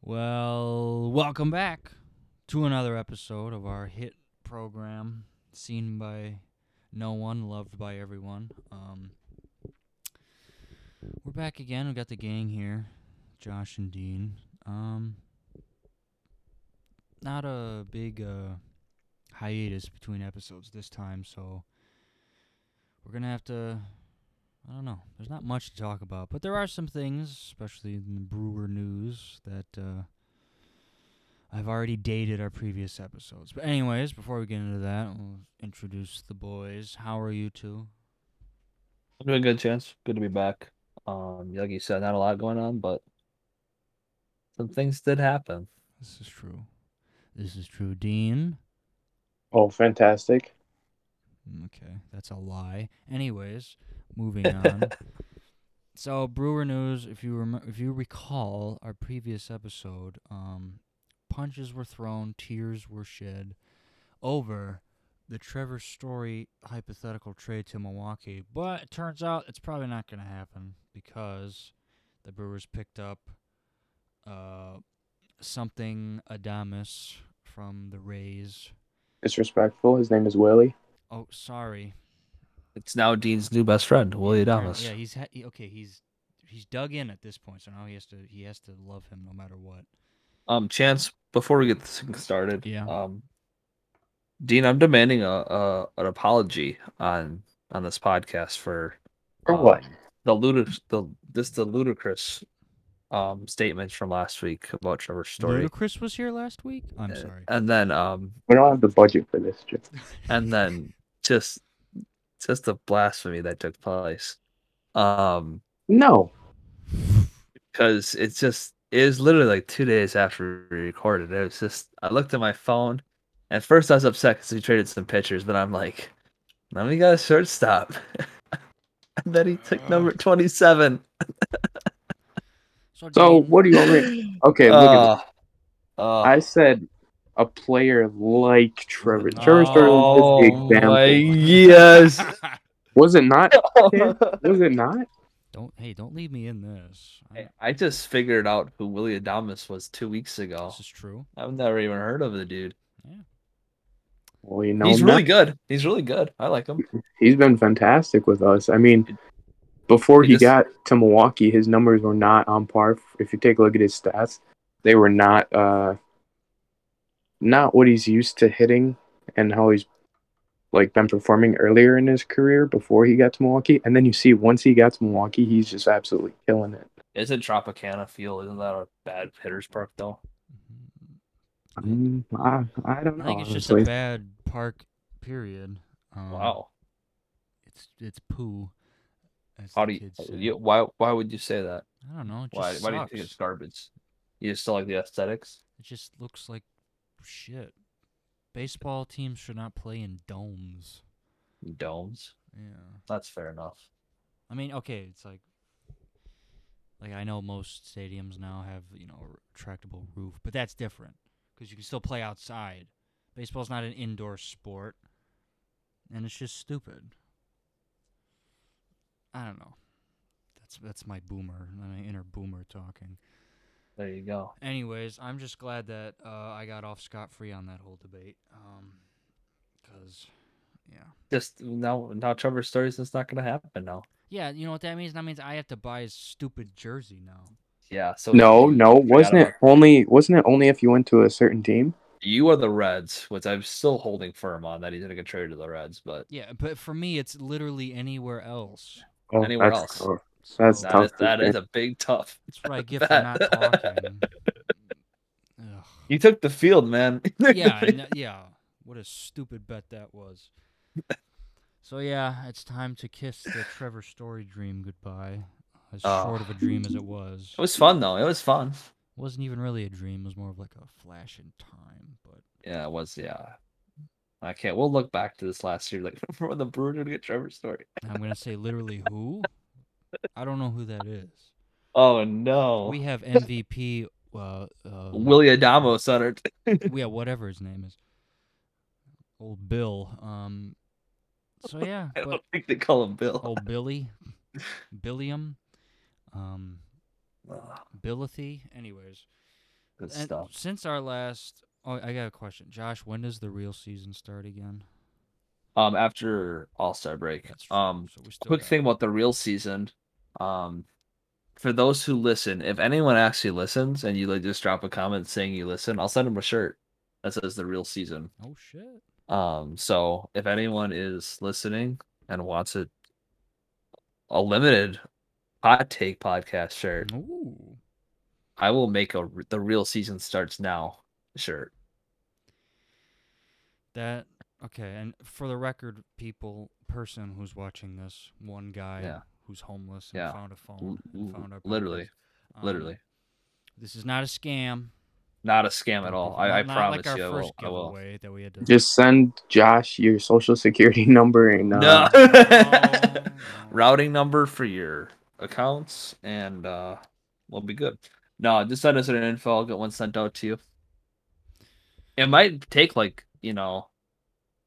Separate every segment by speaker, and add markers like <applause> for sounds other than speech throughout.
Speaker 1: Well, welcome back to another episode of our hit program, seen by no one, loved by everyone. Um, we're back again. We got the gang here, Josh and Dean. Um, not a big uh, hiatus between episodes this time, so we're gonna have to. I don't know. There's not much to talk about, but there are some things, especially in the Brewer news, that uh, I've already dated our previous episodes. But anyways, before we get into that, we'll introduce the boys. How are you two?
Speaker 2: I'm doing good, Chance. Good to be back. Um, like you said, not a lot going on, but some things did happen.
Speaker 1: This is true. This is true, Dean.
Speaker 3: Oh, fantastic.
Speaker 1: Mm, Okay, that's a lie. Anyways, moving on. so Brewer news. If you rem- if you recall our previous episode, um, punches were thrown, tears were shed over the Trevor Story hypothetical trade to Milwaukee. But it turns out it's probably not going to happen because the Brewers picked up uh, something Adamas from the Rays.
Speaker 3: Disrespectful. His name is Willie.
Speaker 1: Oh, sorry.
Speaker 2: It's now Dean's new best friend, Willie
Speaker 1: Apparent-
Speaker 2: Adamas.
Speaker 1: Yeah, he's ha- he- okay. He's he's dug in at this point, so now he has to he has to love him no matter what.
Speaker 2: Um, Chance, before we get this thing started,
Speaker 1: Yeah.
Speaker 2: Um, Dean, I'm demanding a, a an apology on on this podcast for
Speaker 3: For what?
Speaker 2: um, the ludic the this the ludicrous um statements from last week about Trevor's story,
Speaker 1: Ludacris was here last week. I'm
Speaker 2: Uh,
Speaker 1: sorry.
Speaker 2: and then um
Speaker 3: We don't have the budget for this. Just
Speaker 2: and
Speaker 1: <laughs>
Speaker 2: then just just the blasphemy that took place um
Speaker 3: no.
Speaker 2: because it's just it was literally like two days after we recorded it was just i looked at my phone at first i was upset because he traded some pictures but i'm like now we got a shortstop <laughs> and then he
Speaker 1: Oh,
Speaker 2: took number 27
Speaker 3: So
Speaker 1: Dean-
Speaker 3: what do you want me? Okay, look at
Speaker 2: uh,
Speaker 3: this.
Speaker 2: uh,
Speaker 3: I said a player
Speaker 1: <laughs>
Speaker 3: like Trevor.
Speaker 1: Oh.
Speaker 3: Trevor Sterling is
Speaker 2: oh
Speaker 3: the example.
Speaker 2: my yes
Speaker 1: <laughs>
Speaker 3: Was it not? Was it not?
Speaker 1: Don't hey, don't leave me in this. I-
Speaker 2: <laughs> I- i just figured out who willie adamas was two weeks ago
Speaker 1: This is true.
Speaker 2: i've never even heard of the dude
Speaker 3: Well, you know,
Speaker 2: he's
Speaker 3: him
Speaker 2: really
Speaker 3: now.
Speaker 2: good. He's really good. I like him.
Speaker 3: he's been fantastic with us. I mean, before
Speaker 2: He
Speaker 3: he
Speaker 2: just-
Speaker 3: got to Milwaukee, his numbers were not on par. If you take a look at his stats, they were not uh, not what he's used to hitting and how he's like been performing earlier in his career before he got to Milwaukee. And then you see once he got to Milwaukee, he's just absolutely killing it.
Speaker 2: Isn't Tropicana Field? Isn't that a bad hitter's park though?
Speaker 3: Um, I, I don't
Speaker 1: I
Speaker 3: know.
Speaker 1: think it's just a
Speaker 3: honestly.
Speaker 1: bad park. Period. Um,
Speaker 2: Wow.
Speaker 1: It's it's poo. as the
Speaker 2: How do you,
Speaker 1: kids say.
Speaker 2: you- Why? Why would you say that?
Speaker 1: I don't know. It
Speaker 2: Why?
Speaker 1: just
Speaker 2: Why do you
Speaker 1: sucks.
Speaker 2: think it's garbage? You just don't like the aesthetics?
Speaker 1: It just looks like shit. Baseball teams should not play in domes.
Speaker 2: Domes.
Speaker 1: Yeah.
Speaker 2: That's fair enough.
Speaker 1: I mean, okay, it's like like I know most stadiums now have, you know, a retractable roof, but that's different cuz you can still play outside. Baseball's not an indoor sport. And it's just stupid. I don't know. That's that's my boomer, my inner boomer talking.
Speaker 2: There you go.
Speaker 1: Anyways, I'm just glad that uh, I got off scot free on that whole debate. Um, cause, yeah,
Speaker 2: Just now, now Trevor Story's just not gonna happen now.
Speaker 1: yeah. You know what that means? That means I have to buy his stupid jersey now.
Speaker 2: Yeah. So
Speaker 3: No,
Speaker 2: you
Speaker 3: no,
Speaker 2: forgot
Speaker 3: wasn't it
Speaker 2: about-
Speaker 3: only wasn't it only if you went to a certain team?
Speaker 2: You are the Reds, which I'm still holding firm on that he's gonna get traded to the Reds, but
Speaker 1: Yeah, but for me, it's literally anywhere else.
Speaker 3: Oh,
Speaker 2: Anywhere
Speaker 3: that's
Speaker 2: else.
Speaker 3: cool.
Speaker 1: So
Speaker 3: That's
Speaker 2: that
Speaker 3: tough
Speaker 2: is, that
Speaker 3: to
Speaker 2: is a big tough.
Speaker 1: That's what I <laughs> get for not talking. Ugh.
Speaker 2: You took the field, man. <laughs>
Speaker 1: yeah, I kn- yeah. What a stupid bet that <laughs> was. So yeah, it's time to kiss the Trevor Story dream goodbye. As
Speaker 2: Oh.
Speaker 1: short of a dream as it was. <laughs>
Speaker 2: It was fun though. It was fun.
Speaker 1: wasn't even really a dream. It was more of like a flash in time. But
Speaker 2: Yeah, it was. Yeah, I can't. We'll look back to this last year, like <laughs> when the Brewers did get Trevor Story.
Speaker 1: I'm gonna say literally who? I don't know who that is.
Speaker 2: Oh no,
Speaker 1: We have MVP. Uh, uh,
Speaker 2: Willie Adamo on our t-
Speaker 1: <laughs> Yeah, whatever his name is. Old Bill. Um.
Speaker 2: <laughs>
Speaker 1: So yeah,
Speaker 2: <laughs> I
Speaker 1: but
Speaker 2: don't think they call him Bill.
Speaker 1: old Billy, Billiam, um,
Speaker 2: Ugh.
Speaker 1: Bilothy. Anyways,
Speaker 2: Good
Speaker 1: Oh, And
Speaker 2: stuff.
Speaker 1: Since our last, oh, I got a question, Josh. When does the real season start again?
Speaker 2: Um, after All Star break.
Speaker 1: true,
Speaker 2: Um,
Speaker 1: so we still
Speaker 2: quick
Speaker 1: got-
Speaker 2: thing about the real season. Um, for those who listen, if anyone actually listens and you like just drop a comment saying you listen, I'll send them a shirt that says the real season.
Speaker 1: Oh shit!
Speaker 2: Um, so if anyone is listening and wants it, a limited hot take podcast shirt,
Speaker 1: Ooh,
Speaker 2: I will make a r- the real season starts now shirt.
Speaker 1: that okay. And for the record, people, person who's watching this, one guy
Speaker 2: Yeah.
Speaker 1: who's homeless and
Speaker 2: Yeah.
Speaker 1: found a phone, and
Speaker 2: l-
Speaker 1: found our
Speaker 2: literally,
Speaker 1: podcast. Um,
Speaker 2: literally
Speaker 1: This is not a scam.
Speaker 2: not a scam at
Speaker 1: Don't
Speaker 2: all.
Speaker 1: be-
Speaker 2: I, I
Speaker 1: not- not like
Speaker 2: promise
Speaker 1: our
Speaker 2: you, I will.
Speaker 1: first
Speaker 2: I will.
Speaker 1: giveaway that we had to-
Speaker 3: Just send Josh your social security <laughs> number and uh,
Speaker 2: No.
Speaker 1: <laughs> No, no.
Speaker 2: routing number for your accounts and uh we'll be good no just send us an info i'll get one sent out to you it might take like you know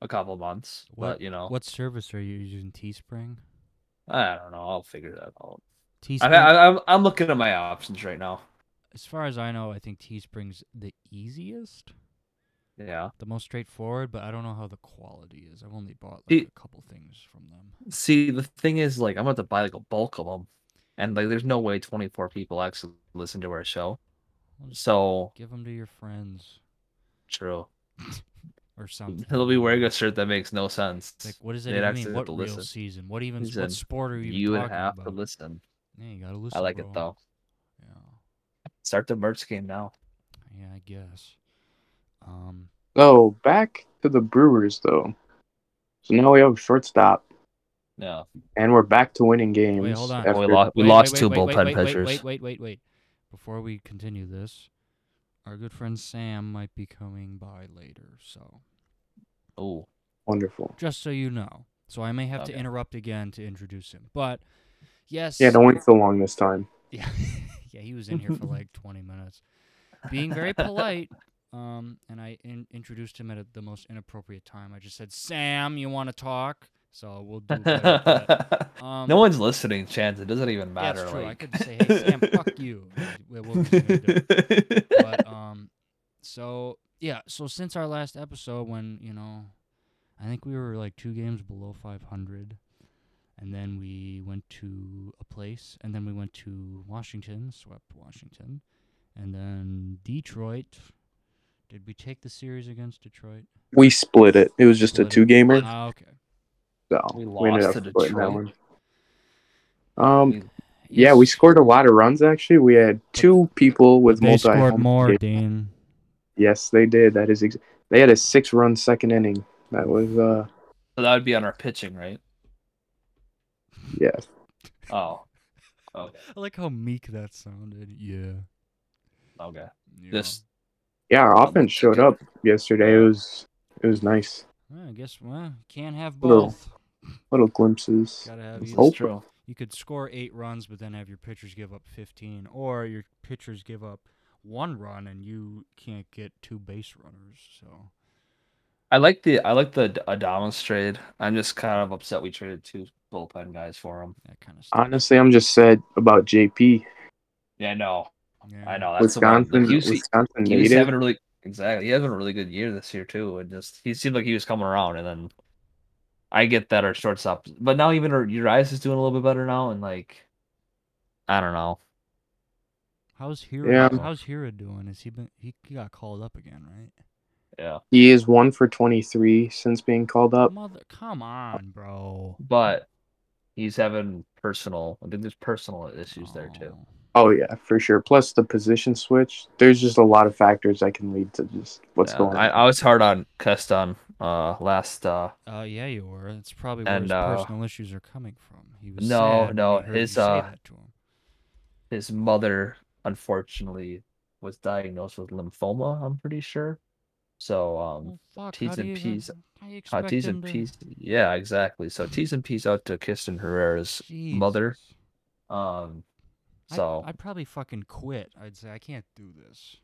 Speaker 2: a couple months but you know
Speaker 1: What service are you using? Teespring.
Speaker 2: i don't know i'll figure that out
Speaker 1: Teespring.
Speaker 2: I, I, I'm, I'm looking at my options right now
Speaker 1: as far as I know, I think Teespring's the easiest,
Speaker 2: yeah
Speaker 1: the most straightforward, but I don't know how the quality is. I've only bought like
Speaker 2: Te-
Speaker 1: a couple things from them.
Speaker 2: see the thing is like i'm about to buy like a bulk of them and like there's no way 24 people actually listen to our show
Speaker 1: I'll just
Speaker 2: so
Speaker 1: give them to your friends
Speaker 2: true
Speaker 1: or something.
Speaker 2: they'll be wearing a shirt that makes no sense
Speaker 1: It's Um, like, what does
Speaker 2: they'd
Speaker 1: that even
Speaker 2: actually
Speaker 1: mean?
Speaker 2: have
Speaker 1: What
Speaker 2: to
Speaker 1: real
Speaker 2: listen.
Speaker 1: season? What even?
Speaker 2: Season.
Speaker 1: What sport are you? even
Speaker 2: you would
Speaker 1: talking
Speaker 2: have
Speaker 1: about?
Speaker 2: to listen.
Speaker 1: Yeah, you gotta listen.
Speaker 2: I like
Speaker 1: bro.
Speaker 2: it though.
Speaker 1: Yeah,
Speaker 2: Start the merch game now.
Speaker 1: yeah, I guess. Um,
Speaker 3: Oh, back to the Brewers though. So now we have shortstop,
Speaker 2: Yeah.
Speaker 3: and we're back to winning games.
Speaker 1: Wait, hold on.
Speaker 2: Well, we lost. We lost two bullpen
Speaker 1: wait,
Speaker 2: pitchers.
Speaker 1: Wait, wait, wait, wait. Before we continue this, our good friend Sam might be coming by later, so <laughs>
Speaker 2: Oh,
Speaker 3: Wonderful.
Speaker 1: just so you know. So I may have to
Speaker 2: Okay.
Speaker 1: interrupt again to introduce him. But yes.
Speaker 3: Yeah, don't wait so long this time.
Speaker 1: Yeah, <laughs> yeah, he was in here for
Speaker 2: <laughs>
Speaker 1: like 20 minutes. Being very polite, um, and I in- introduced him at a, the most inappropriate time. I just said, Sam, you want to talk? So we'll do better at that. Um,
Speaker 2: <laughs> no one's listening. Chance. It doesn't even
Speaker 1: yeah,
Speaker 2: matter.
Speaker 1: it's true. I
Speaker 2: like-
Speaker 1: could say, hey, Sam, fuck you. We- we'll continue to do it.
Speaker 2: <laughs>
Speaker 1: but <laughs> um so yeah so since our last episode when you know i think we were like two games below 500 and then we went to a place and then we went to washington swept washington and then detroit did we take the series against detroit
Speaker 3: We split it. It was just
Speaker 1: Split
Speaker 3: a
Speaker 1: it.
Speaker 3: two gamer.
Speaker 1: ah, okay
Speaker 3: So
Speaker 2: We
Speaker 3: we,
Speaker 2: lost
Speaker 3: ended
Speaker 2: to
Speaker 3: up splitting that
Speaker 2: Detroit.
Speaker 3: one. Um,
Speaker 2: We-
Speaker 3: yeah, we
Speaker 1: Yes,
Speaker 3: scored a lot of runs actually. We had two people with
Speaker 1: they
Speaker 3: multi.
Speaker 1: scored more Dean.
Speaker 3: Yes, they did. That is ex- they had a six-run second inning. That was uh
Speaker 2: So that would be on our pitching, right?
Speaker 3: yeah.
Speaker 2: Oh. Okay.
Speaker 1: i like how meek that sounded yeah,
Speaker 2: Okay.
Speaker 1: yeah.
Speaker 2: This.
Speaker 3: Yeah, our offense showed up yesterday. It was it was nice.
Speaker 1: Well, i guess well can't have
Speaker 3: Little-
Speaker 1: both
Speaker 3: Little glimpses.
Speaker 1: gotta have
Speaker 2: This
Speaker 1: you
Speaker 2: is
Speaker 3: Hope.
Speaker 2: true.
Speaker 1: you could score eight runs, but then have your pitchers give up 15, or your pitchers give up one run and you can't get two base runners. So
Speaker 2: I like the I like the Adamas trade. I'm just kind of upset we traded two bullpen guys for him.
Speaker 1: that kind of stuff.
Speaker 3: Honestly, I'm just sad about JP.
Speaker 2: Yeah, I know. I know. That's the one.
Speaker 3: Wisconsin,
Speaker 2: Like, you see-
Speaker 3: Wisconsin
Speaker 2: he was having
Speaker 3: native.
Speaker 2: a really exactly. He having a really good year this year too, and just he seemed like he was coming around. And then I get that our shortstop, but now even our Urias is doing a little bit better now, and like I don't know.
Speaker 1: How's Hira?
Speaker 3: Yeah.
Speaker 1: How's Hira doing? Is he been? He, he got called up again, right?
Speaker 2: Yeah,
Speaker 3: He is one for 23 since being called
Speaker 2: Uh,
Speaker 3: up.
Speaker 1: Mother, come on, bro.
Speaker 2: but he's having personal. I think there's personal issues there too.
Speaker 1: Oh.
Speaker 3: Oh yeah, for sure. Plus the position switch. There's just a lot of factors that can lead to just what's
Speaker 2: Yeah,
Speaker 3: going
Speaker 2: I,
Speaker 3: on.
Speaker 2: I was hard on Keston uh, last. uh
Speaker 1: Uh, yeah, you were. That's probably where
Speaker 2: And,
Speaker 1: his
Speaker 2: uh,
Speaker 1: personal issues are coming from. He was
Speaker 2: no,
Speaker 1: sad when
Speaker 2: no,
Speaker 1: he heard you
Speaker 2: his,
Speaker 1: say
Speaker 2: uh,
Speaker 1: that to him.
Speaker 2: His mother, unfortunately, was diagnosed with lymphoma. I'm pretty sure. So um,
Speaker 1: Well, fuck,
Speaker 2: T's
Speaker 1: how do
Speaker 2: and
Speaker 1: you even-
Speaker 2: P's-
Speaker 1: how do you
Speaker 2: Uh,
Speaker 1: expect
Speaker 2: T's
Speaker 1: him
Speaker 2: and
Speaker 1: to-
Speaker 2: P's. Yeah, exactly. So T's and P's out to Kirsten Herrera's mother.
Speaker 1: Jesus.
Speaker 2: Um,
Speaker 1: I'd-
Speaker 2: so
Speaker 1: I'd, probably fucking quit. I'd say I can't do this.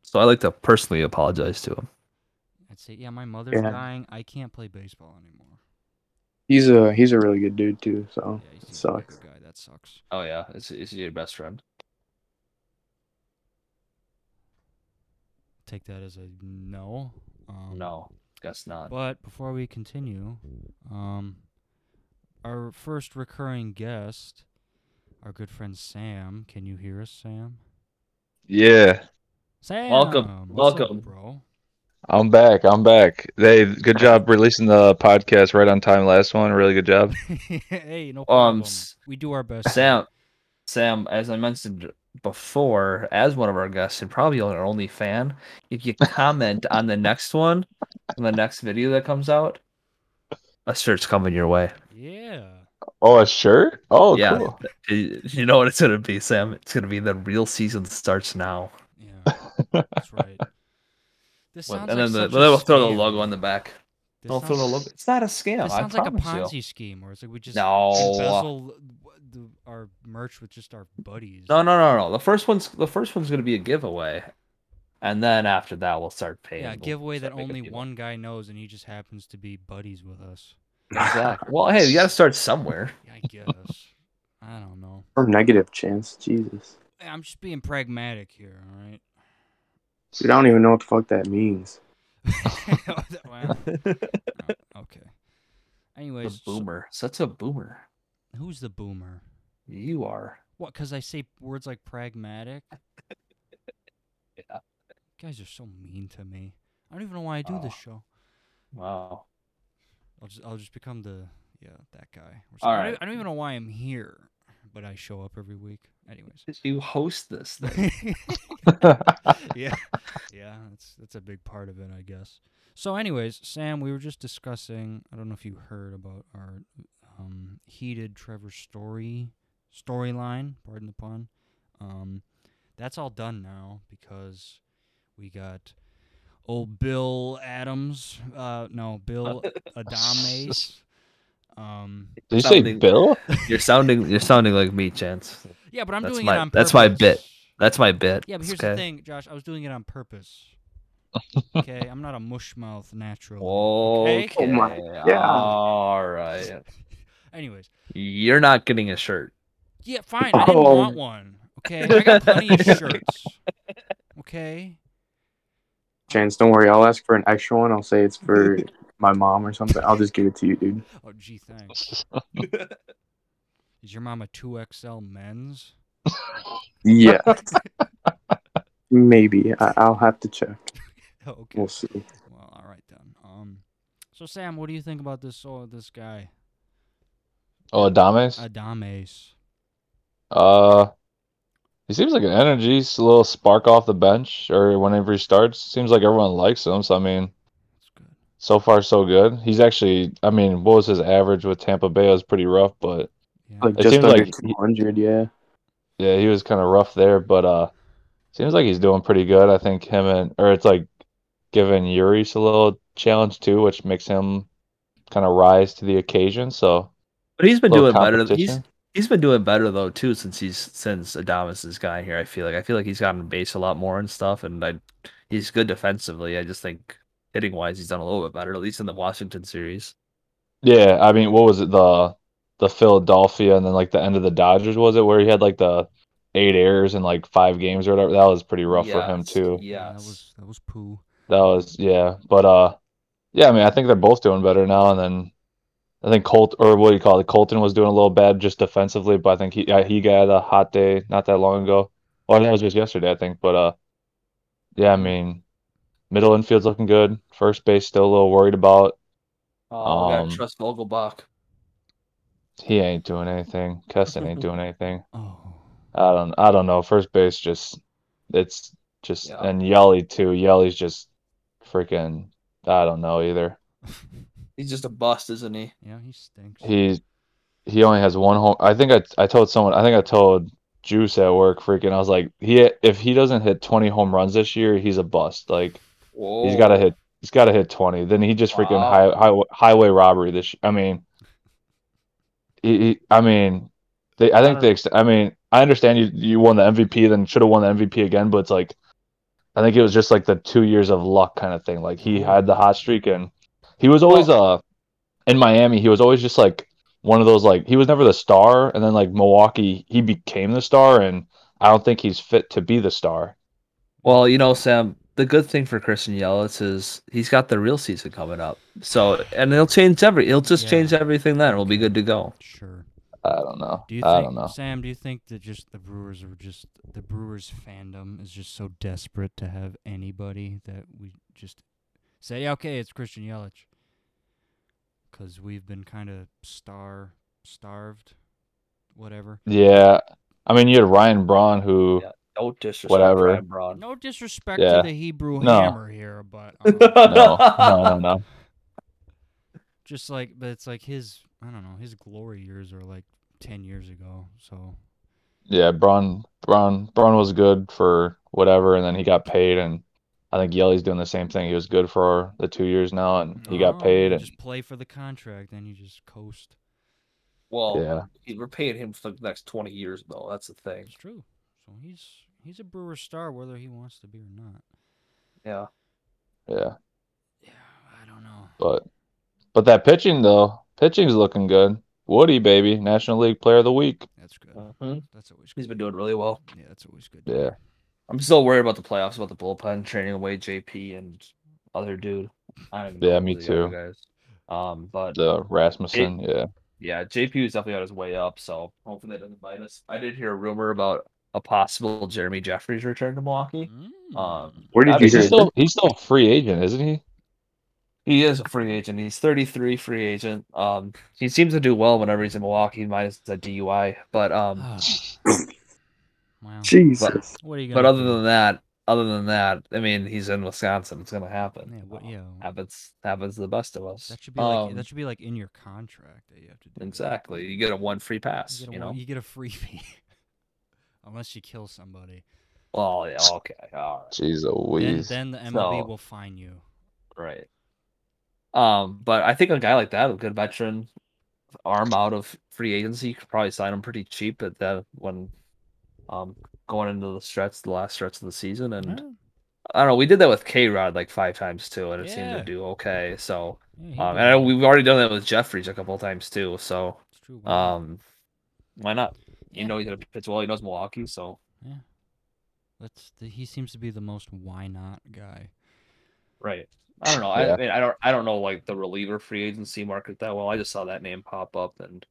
Speaker 2: so I like to personally apologize to him.
Speaker 1: I'd say, yeah, my mother's
Speaker 3: Yeah.
Speaker 1: dying. I can't play baseball anymore.
Speaker 3: He's a he's a really good dude too.
Speaker 1: Yeah,
Speaker 2: <laughs>
Speaker 3: So
Speaker 1: you
Speaker 3: it
Speaker 1: seem like a
Speaker 3: sucks.
Speaker 1: good guy. That sucks.
Speaker 2: Oh yeah, is is he your best friend?
Speaker 1: take that as a no. Um,
Speaker 2: No, guess not.
Speaker 1: But before we continue, um, our first recurring guest, our good friend Sam. Can you hear us, Sam?
Speaker 4: Yeah,
Speaker 1: Sam,
Speaker 2: Welcome,
Speaker 1: what's up,
Speaker 2: welcome.
Speaker 1: bro. <laughs>
Speaker 4: I'm back. I'm back. They good job releasing the podcast right on time. Last one, really good job.
Speaker 1: hey, no problem.
Speaker 2: Um, s-
Speaker 1: we do our best.
Speaker 2: Sam, Sam, as I mentioned before, as one of our guests and probably our only fan, if you comment on the next one, on the next video that comes out, a shirt's coming your way.
Speaker 1: Yeah.
Speaker 4: Oh, a shirt? Oh,
Speaker 2: Yeah.
Speaker 4: cool.
Speaker 2: You you know what it's gonna be, Sam? It's gonna be the real season starts now.
Speaker 1: Yeah. That's right. This
Speaker 2: When-
Speaker 1: sounds
Speaker 2: and
Speaker 1: like
Speaker 2: then the,
Speaker 1: such a
Speaker 2: then <laughs> we'll throw the
Speaker 1: scam.
Speaker 2: logo on the back.
Speaker 1: This
Speaker 2: Don't throw the
Speaker 1: sounds-
Speaker 2: logo. It's not a scam.
Speaker 1: This
Speaker 2: I
Speaker 1: sounds like a
Speaker 2: promise
Speaker 1: Ponzi
Speaker 2: you.
Speaker 1: scheme where it's like we just
Speaker 2: No.
Speaker 1: embezzle the, our merch with just our buddies.
Speaker 2: No, no, no, no. The first one's the first one's gonna be a giveaway, and then after that we'll start paying.
Speaker 1: yeah,
Speaker 2: We'll
Speaker 1: giveaway that
Speaker 2: start making
Speaker 1: only
Speaker 2: people.
Speaker 1: one guy knows and he just happens to be buddies with us.
Speaker 2: <laughs> Exactly. <laughs> Well, hey, you gotta start somewhere. <laughs>
Speaker 1: Yeah, I guess. I don't know.
Speaker 3: Or negative chance. Jesus.
Speaker 1: Hey, I'm just being pragmatic here, all
Speaker 2: <laughs>
Speaker 1: right? <laughs>
Speaker 3: Dude,
Speaker 4: <laughs>
Speaker 3: I don't even know what the fuck that means.
Speaker 1: Wow. Oh, okay.
Speaker 2: The
Speaker 1: Anyways, so-
Speaker 2: boomer. Such a boomer.
Speaker 1: who's the boomer?
Speaker 2: You are.
Speaker 1: What? Because I say words like pragmatic?
Speaker 2: <laughs> Yeah.
Speaker 1: You guys are so mean to me. I don't even know why I do this
Speaker 2: Oh.
Speaker 1: show.
Speaker 2: Wow.
Speaker 1: I'll just I'll just become the yeah that guy. Or
Speaker 2: All
Speaker 1: something. I, don't,
Speaker 2: right.
Speaker 1: I don't even know why I'm here, but I show up every week.
Speaker 2: <laughs>
Speaker 1: Anyways. <laughs>
Speaker 2: You host this <laughs> thing.
Speaker 1: yeah, <laughs> yeah, that's that's a big part of it, I guess. So, anyways, Sam, we were just discussing. I don't know if you heard about our um, heated Trevor story storyline. Pardon the pun. Um, that's all done now because we got old Bill Adams. Uh, no, Bill Adames. Um,
Speaker 4: Did you say
Speaker 2: Something-
Speaker 4: Bill?
Speaker 2: You're sounding you're sounding like me, Chance.
Speaker 1: yeah, but I'm
Speaker 2: That's
Speaker 1: doing
Speaker 2: my-
Speaker 1: it on purpose.
Speaker 2: that's my bit. That's my bit.
Speaker 1: Yeah, but
Speaker 2: It's
Speaker 1: here's the
Speaker 2: okay.
Speaker 1: thing, Josh. I was doing it on purpose. Okay, I'm not a mushmouth natural.
Speaker 2: Okay.
Speaker 1: Okay?
Speaker 3: Oh my- yeah.
Speaker 2: All right.
Speaker 1: <laughs> Anyways,
Speaker 2: You're not getting a <laughs> shirt.
Speaker 1: yeah, fine. I didn't
Speaker 3: Oh.
Speaker 1: want one. Okay, I got plenty of shirts. Okay.
Speaker 3: Chance, don't worry. I'll ask for an extra one. I'll say
Speaker 2: <laughs>
Speaker 3: it's for my mom or something. I'll just give it to you, dude.
Speaker 1: Oh, gee, thanks. Is your mom a two XL men's? <laughs>
Speaker 3: Yeah. <laughs> Maybe. I- I'll have to check.
Speaker 1: Oh, okay.
Speaker 3: We'll see.
Speaker 1: Well, all right then. Um, so Sam, what do you think about this? Oh, this guy
Speaker 4: oh, Adames.
Speaker 1: Adames.
Speaker 4: Uh, he seems like an energy, s- little spark off the bench or whenever he starts. Seems like everyone likes him. So I mean,
Speaker 1: That's good.
Speaker 4: so far so good. He's actually, I mean, what was his average with Tampa Bay? It was pretty rough, but
Speaker 1: Yeah.
Speaker 3: Like
Speaker 4: It
Speaker 3: just
Speaker 4: seems
Speaker 3: under
Speaker 4: like-
Speaker 3: 200, yeah.
Speaker 4: Yeah, he was kind of rough there, but uh, seems like he's doing pretty good. I think him and or it's like giving Uri's a little challenge too, which makes him kind of rise to the occasion. So
Speaker 2: But he's been
Speaker 4: little
Speaker 2: doing better. than- He's
Speaker 4: competition.
Speaker 2: he's been doing better though too since he's since Adamas has gotten here. I feel like I feel like he's gotten base a lot more and stuff, and I he's good defensively. I just think hitting wise, he's done a little bit better, at least in the Washington series.
Speaker 4: Yeah, I mean, what was it the the Philadelphia and then like the end of the Dodgers was it where he had like the eight errors in like five games or whatever? That was pretty rough for him too.
Speaker 1: Yeah, that
Speaker 2: Yes.
Speaker 1: was that was poo.
Speaker 4: That was yeah, but uh, yeah. I mean, I think they're both doing better now. And then I think Colt or what do you call it? Colton was doing a little bad just defensively, but I think he uh, he got a hot day not that long ago. Well, that was just yesterday, I think. But uh, yeah. I mean, middle infield's looking good. First base still a little worried about.
Speaker 2: Oh, we
Speaker 4: Um,
Speaker 2: gotta trust Vogelbach.
Speaker 4: He ain't doing anything. Keston ain't doing anything.
Speaker 1: Oh. <laughs>
Speaker 4: I don't. I don't know. First base just it's just
Speaker 2: Yeah.
Speaker 4: and Yelly too. Yelly's just freaking. I don't know either.
Speaker 2: He's just a bust, isn't he?
Speaker 1: yeah, he stinks.
Speaker 4: he he only has one home. I think I I told someone. I think I told Juice at work. Freaking, I was like, he if he doesn't hit twenty home runs this year, he's a bust. Like
Speaker 2: Whoa.
Speaker 4: he's got to hit. He's got to hit twenty. Then he just freaking high,
Speaker 2: Wow.
Speaker 4: high, highway robbery. This I mean, he, he I mean, they. I think they. ex- I mean, I understand you. You won the MVP, then should have won the MVP again. But it's like, I think it was just like the two years of luck kind of thing. Like he had the hot streak, and he was always uh in Miami. He was always just like one of those like he was never the star, and then like Milwaukee, he became the star, and I don't think he's fit to be the star.
Speaker 2: Well, you know, Sam, the good thing for Christian Yelich is he's got the real season coming up. So and he'll change every he'll just
Speaker 1: Yeah.
Speaker 2: change everything then. We'll be good to go.
Speaker 1: Sure.
Speaker 4: I don't know.
Speaker 1: Do you
Speaker 4: I
Speaker 1: think,
Speaker 4: don't know.
Speaker 1: Sam? Do you think that just the Brewers are just the Brewers fandom is just so desperate to have anybody that we just say, "Yeah, okay, it's Christian Yelich, because we've been kind of star starved, whatever.
Speaker 4: Yeah. I mean, you had Ryan Braun, who
Speaker 2: Yeah. No disrespect,
Speaker 4: Whatever.
Speaker 2: Ryan Braun. <laughs>
Speaker 1: No disrespect
Speaker 4: Yeah.
Speaker 1: to the Hebrew
Speaker 4: No.
Speaker 1: hammer here, but
Speaker 4: <laughs>
Speaker 1: um,
Speaker 4: no, no, no, no.
Speaker 1: just like, but it's like his, I don't know, his glory years are like ten years ago. So
Speaker 4: Yeah, Braun, Braun, Braun was good for whatever, and then he got paid, and I think Yelly's doing the same thing. He was good for the two years now, and he got
Speaker 1: No,
Speaker 4: paid,
Speaker 1: You
Speaker 4: and
Speaker 1: Oh, just play for the contract, then you just coast.
Speaker 2: Well,
Speaker 4: yeah,
Speaker 2: he- we're paying him for the next twenty years though. That's the thing.
Speaker 1: It's true. So he's he's a Brewer star whether he wants to be or not.
Speaker 2: Yeah.
Speaker 4: yeah.
Speaker 1: Yeah, I don't know.
Speaker 4: But, but that pitching though, pitching's looking good. Woody, baby, National League Player of the Week.
Speaker 1: That's good.
Speaker 2: Mhm.
Speaker 1: That's always
Speaker 2: He's
Speaker 1: good.
Speaker 2: been doing really well.
Speaker 1: Yeah, that's always good.
Speaker 4: Yeah.
Speaker 2: I'm still worried about the playoffs, about the bullpen training away JP and other dude. I don't even
Speaker 4: Yeah,
Speaker 2: know
Speaker 4: me
Speaker 2: who the other
Speaker 4: too.
Speaker 2: Guys. Um, but
Speaker 4: The Rasmussen, yeah,
Speaker 2: yeah, JP was definitely on his way up, so hopefully that doesn't bite us. I did hear a rumor about a possible Jeremy Jeffries return to Milwaukee.
Speaker 1: Mm.
Speaker 2: Um,
Speaker 3: Where did
Speaker 2: I
Speaker 3: you
Speaker 2: mean,
Speaker 4: he's
Speaker 3: hear
Speaker 4: still he's still a free agent, isn't he?
Speaker 2: He is a free agent. He's 33, free agent. Um, he seems to do well whenever he's in Milwaukee, minus the DUI. But um,
Speaker 1: Ah. wow.
Speaker 3: Jesus.
Speaker 1: What are you
Speaker 2: but
Speaker 1: gonna
Speaker 2: other
Speaker 1: do?
Speaker 2: than that, other than that, I mean, he's in Wisconsin. It's gonna happen.
Speaker 1: yeah, what,
Speaker 2: Uh,
Speaker 1: yeah,
Speaker 2: Happens happens to the best of us.
Speaker 1: that should be like
Speaker 2: Um,
Speaker 1: that should be like in your contract that you have to do. that.
Speaker 2: Exactly. You get a one free
Speaker 1: You
Speaker 2: pass,
Speaker 1: get
Speaker 2: you,
Speaker 1: a,
Speaker 2: know?
Speaker 1: one- you get a freebie, <laughs> unless you kill somebody.
Speaker 2: Oh, yeah, okay. All
Speaker 4: Jeez
Speaker 1: Then,
Speaker 4: Louise.
Speaker 1: then the MLB
Speaker 2: So-
Speaker 1: will fine you.
Speaker 2: right. Right. Um, but I think a guy like that, a good veteran arm out of free agency, you could probably sign him pretty cheap at that when um going into the stretch, the last stretch of the season. And
Speaker 1: Yeah,
Speaker 2: I don't know, we did that with K Rod like five times too, and it seemed
Speaker 1: Yeah.
Speaker 2: to do okay. So
Speaker 1: yeah, he
Speaker 2: um and
Speaker 1: did
Speaker 2: I know
Speaker 1: well.
Speaker 2: we've already done that with Jeffries a couple of times too. So
Speaker 1: It's true. wow.
Speaker 2: um why not? You
Speaker 1: Mm-hmm. Yeah.
Speaker 2: know he's gonna pitch well, he knows Milwaukee, so
Speaker 1: Yeah. That's the, he seems to be the most why not guy.
Speaker 2: Right. I don't know.
Speaker 4: Yeah.
Speaker 2: I, I mean, I don't. I don't know like the reliever free agency market that well. I just saw that name pop up and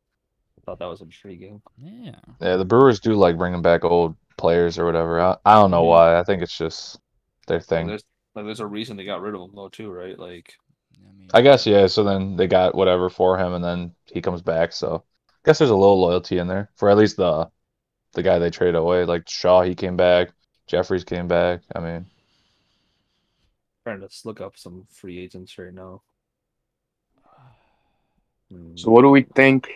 Speaker 2: thought that was intriguing.
Speaker 1: Yeah.
Speaker 4: Yeah, the Brewers do like bringing back old players or whatever. I, I don't know
Speaker 2: Mhm.
Speaker 4: why. I think it's just their
Speaker 2: Like,
Speaker 4: thing.
Speaker 2: there's like there's a reason they got rid of him though too, right? Like
Speaker 1: I mean,
Speaker 4: I guess, yeah. So then they got whatever for him, and then he comes back. So I guess there's a little loyalty in there for at least the the guy they traded away. Like Shaw, he came back. Jeffries came back. I mean,
Speaker 2: trying to look up some free agents right now. Hmm.
Speaker 3: So what do we think?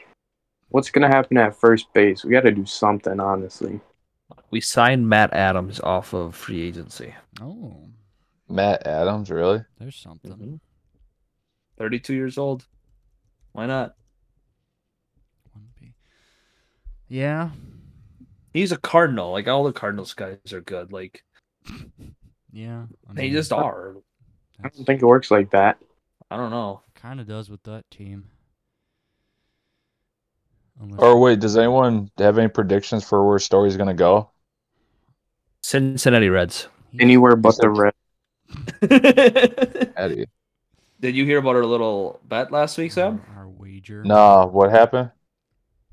Speaker 3: What's gonna happen at first base? We got to do something, honestly.
Speaker 2: we signed Matt Adams off of free agency.
Speaker 1: Oh,
Speaker 4: Matt Adams, really?
Speaker 1: there's something.
Speaker 2: Mm-hmm. Thirty-two years old. Why not?
Speaker 1: Wouldn't be. Yeah.
Speaker 2: He's a Cardinal. Like all the Cardinals guys are good. Like
Speaker 1: Yeah. I
Speaker 2: they just are.
Speaker 3: I don't think it works like that.
Speaker 2: I don't know.
Speaker 1: kind of does with that team. Unless
Speaker 4: Or wait, does anyone have any predictions for where Story's gonna go?
Speaker 2: Cincinnati <laughs> Reds.
Speaker 1: he-
Speaker 3: Anywhere but the red.
Speaker 4: Eddie.
Speaker 2: Did you hear about our little bet last
Speaker 1: our-
Speaker 2: week, Sam?
Speaker 1: Our wager.
Speaker 4: No, what happened?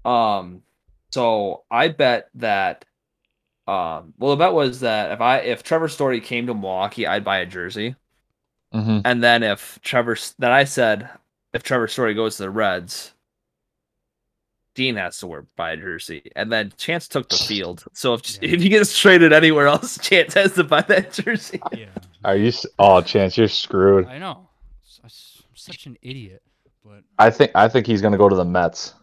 Speaker 2: Um, so I bet that, um, well, the bet was that if I if Trevor Story came to Milwaukee, I'd buy a jersey,
Speaker 4: Mm-hmm.
Speaker 2: and then if Trevor, then I said if Trevor Story goes to the Reds, Dean has to wear buy a jersey, and then Chance took the field. So if
Speaker 1: Yeah.
Speaker 2: if he gets traded anywhere else, <laughs> Chance has to buy that jersey.
Speaker 1: Yeah.
Speaker 4: Are you? s- Oh, Chance, you're screwed.
Speaker 1: I know. S- I s- I'm such an idiot. But
Speaker 4: I think I think he's gonna go to the Mets.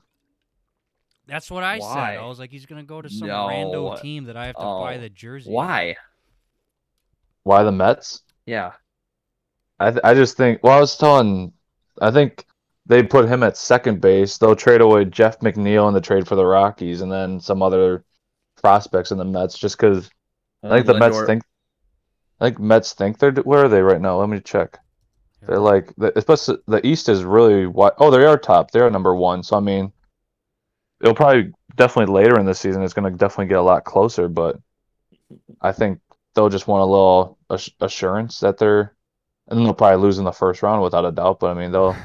Speaker 1: that's what I
Speaker 2: Why?
Speaker 1: said. I was like, he's going to go to some
Speaker 2: No.
Speaker 1: rando team that I have to buy
Speaker 2: Oh.
Speaker 1: the jersey. of.
Speaker 2: Why?
Speaker 4: Why the Mets?
Speaker 2: Yeah.
Speaker 4: I th- I just think. Well, I was telling. I think they put him at second base. They'll trade away Jeff McNeil in the trade for the Rockies, and then some other prospects in the Mets. Just because I think the Mets
Speaker 2: Um, Lindor-
Speaker 4: think. I think Mets think they're. Where are they right now? Let me check.
Speaker 1: Here,
Speaker 4: They're like the, especially the East is really wide. Oh, they are top. They're number one. So I mean, it'll probably definitely later in the season. It's going to definitely get a lot closer. But I think they'll just want a little ass- assurance that they're, and they'll probably lose in the first round without a doubt. But I mean, they'll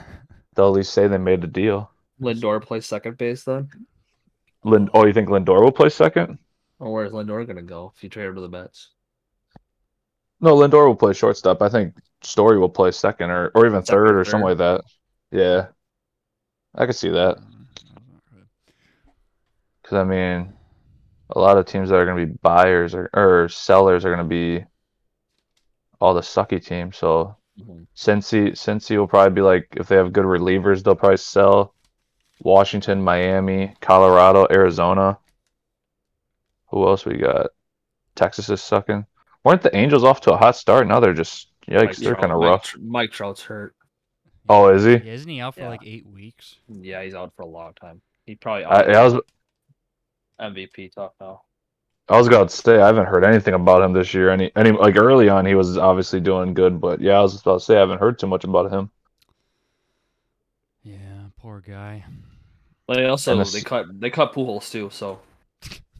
Speaker 4: they'll at least say they made a deal.
Speaker 2: Lindor plays second base then.
Speaker 4: Lind- oh, you think Lindor will play second?
Speaker 2: Or where is Lindor gonna go if you trade him to the Mets?
Speaker 4: No, Lindor will play shortstop. I think Story will play second or, or even
Speaker 2: Second,
Speaker 4: third or something
Speaker 2: third.
Speaker 4: like that. Yeah, I could see that
Speaker 1: Mm,
Speaker 4: because I mean, a lot of teams that are going to be buyers or, or sellers are going to be all the sucky teams. So Cincy, Cincy will probably be like if they have good relievers, they'll probably sell Washington, Miami, Colorado, Arizona. Who else we got? Texas is sucking. Weren't the Angels off to a hot start? Now they're just yikes. They're
Speaker 2: Trout-
Speaker 4: kind of
Speaker 2: Mike
Speaker 4: rough.
Speaker 2: Tr- Mike Trout's hurt.
Speaker 4: Oh, is he?
Speaker 1: Yeah, isn't he out for
Speaker 2: Yeah.
Speaker 1: like eight weeks?
Speaker 2: Yeah, he's out for a long time. He probably
Speaker 4: I, I was
Speaker 2: MVP talk now.
Speaker 4: I was about to say I haven't heard anything about him this year. Any any like early on he was obviously doing good, but yeah, I was about to say I haven't heard too much about him.
Speaker 1: Yeah, poor guy.
Speaker 2: They also
Speaker 4: And a
Speaker 2: they
Speaker 4: s-
Speaker 2: cut they cut Pujols too, so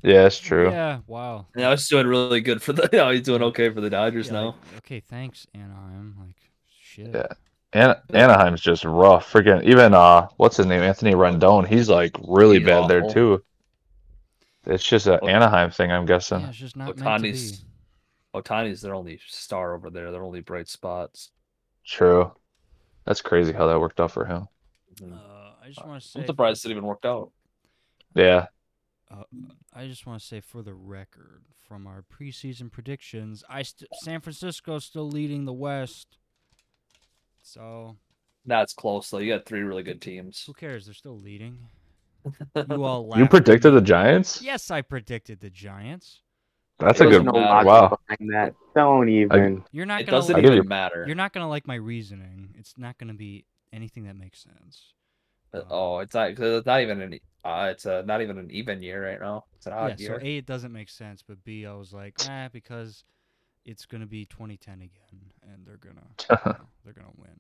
Speaker 4: Yeah, that's true.
Speaker 1: Yeah, wow.
Speaker 2: now he's doing really good for the. <laughs> Now he's doing okay for the Dodgers
Speaker 1: Yeah,
Speaker 2: now.
Speaker 1: like, okay, thanks, Anaheim. Like, shit.
Speaker 4: Yeah. An- Anaheim's just rough. Freaking even uh what's his name? Anthony Rendon. He's like really
Speaker 2: He's
Speaker 4: bad there
Speaker 2: awful.
Speaker 4: too. It's just an
Speaker 2: Well-
Speaker 4: Anaheim thing, I'm
Speaker 1: Yeah,
Speaker 4: guessing.
Speaker 1: it's just not meant to be.
Speaker 2: Ohtani's- Otani's their only star over there. Their only bright spots.
Speaker 4: True. That's crazy how that worked out for him.
Speaker 1: Uh, I just want to say.
Speaker 2: I'm surprised it even worked out.
Speaker 4: Yeah.
Speaker 1: Uh, I just want to say, for the record, from our preseason predictions, I st- San Francisco's still leading the West. So
Speaker 2: That's close though. You got three really good teams.
Speaker 1: who cares? They're still leading.
Speaker 2: <laughs>
Speaker 1: You all laughed
Speaker 4: <laughs> You
Speaker 1: at
Speaker 4: predicted
Speaker 1: me.
Speaker 4: the Giants?
Speaker 1: Yes, I predicted the Giants.
Speaker 4: That's
Speaker 2: It
Speaker 4: a
Speaker 2: was
Speaker 4: good
Speaker 2: no
Speaker 3: logic
Speaker 4: wow.
Speaker 3: behind that. Don't even.
Speaker 1: You're not
Speaker 2: It
Speaker 1: gonna.
Speaker 2: doesn't
Speaker 1: like-
Speaker 4: give
Speaker 2: even
Speaker 4: you-
Speaker 2: matter.
Speaker 1: You're not gonna like my reasoning. It's not gonna be anything that makes sense. Um,
Speaker 2: Uh, Oh, it's not. 'cause It's not even an. Uh, it's uh not even an even year right now. It's an
Speaker 1: yeah.
Speaker 2: odd year.
Speaker 1: So a it doesn't make sense, but b I was like, ah, because it's gonna be 2010 again, and they're gonna
Speaker 4: <laughs>
Speaker 1: you know, they're gonna win.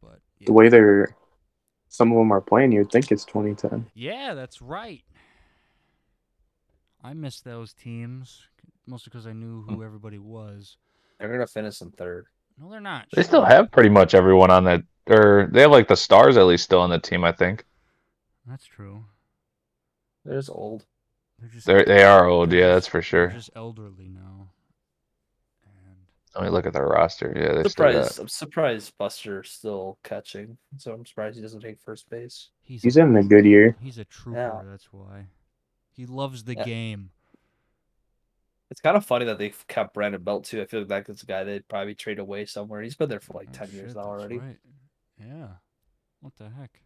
Speaker 1: But yeah.
Speaker 3: The way they're, some of them are playing, you'd think it's 2010.
Speaker 1: Yeah, that's right. I missed those teams mostly because I knew
Speaker 4: Hmm.
Speaker 1: who everybody was.
Speaker 2: They're gonna finish in third.
Speaker 1: No, they're not.
Speaker 4: They
Speaker 1: Shut
Speaker 4: still
Speaker 1: up.
Speaker 4: have pretty much everyone on that or they have like the stars at least still on the team, I think.
Speaker 1: That's true.
Speaker 2: They're just old.
Speaker 1: They're just
Speaker 4: They're they are old,
Speaker 1: they're
Speaker 4: yeah,
Speaker 1: just-
Speaker 4: that's for
Speaker 1: they're
Speaker 4: sure.
Speaker 1: just elderly now. And
Speaker 4: Let me look at their roster. Yeah, they still got
Speaker 2: Surprised. I'm surprised Buster's still catching. So I'm surprised he doesn't take first base.
Speaker 1: he's
Speaker 3: He's
Speaker 1: a,
Speaker 3: having a good year.
Speaker 1: he's a trooper.
Speaker 2: Yeah.
Speaker 1: That's why he loves the
Speaker 2: Yeah.
Speaker 1: game.
Speaker 2: It's kind of funny that they kept Brandon Belt too. I feel like that's a guy they'd probably trade away somewhere. He's been there for like
Speaker 1: Oh,
Speaker 2: ten
Speaker 1: shit,
Speaker 2: years now
Speaker 1: that's
Speaker 2: already.
Speaker 1: right. Yeah. What the heck?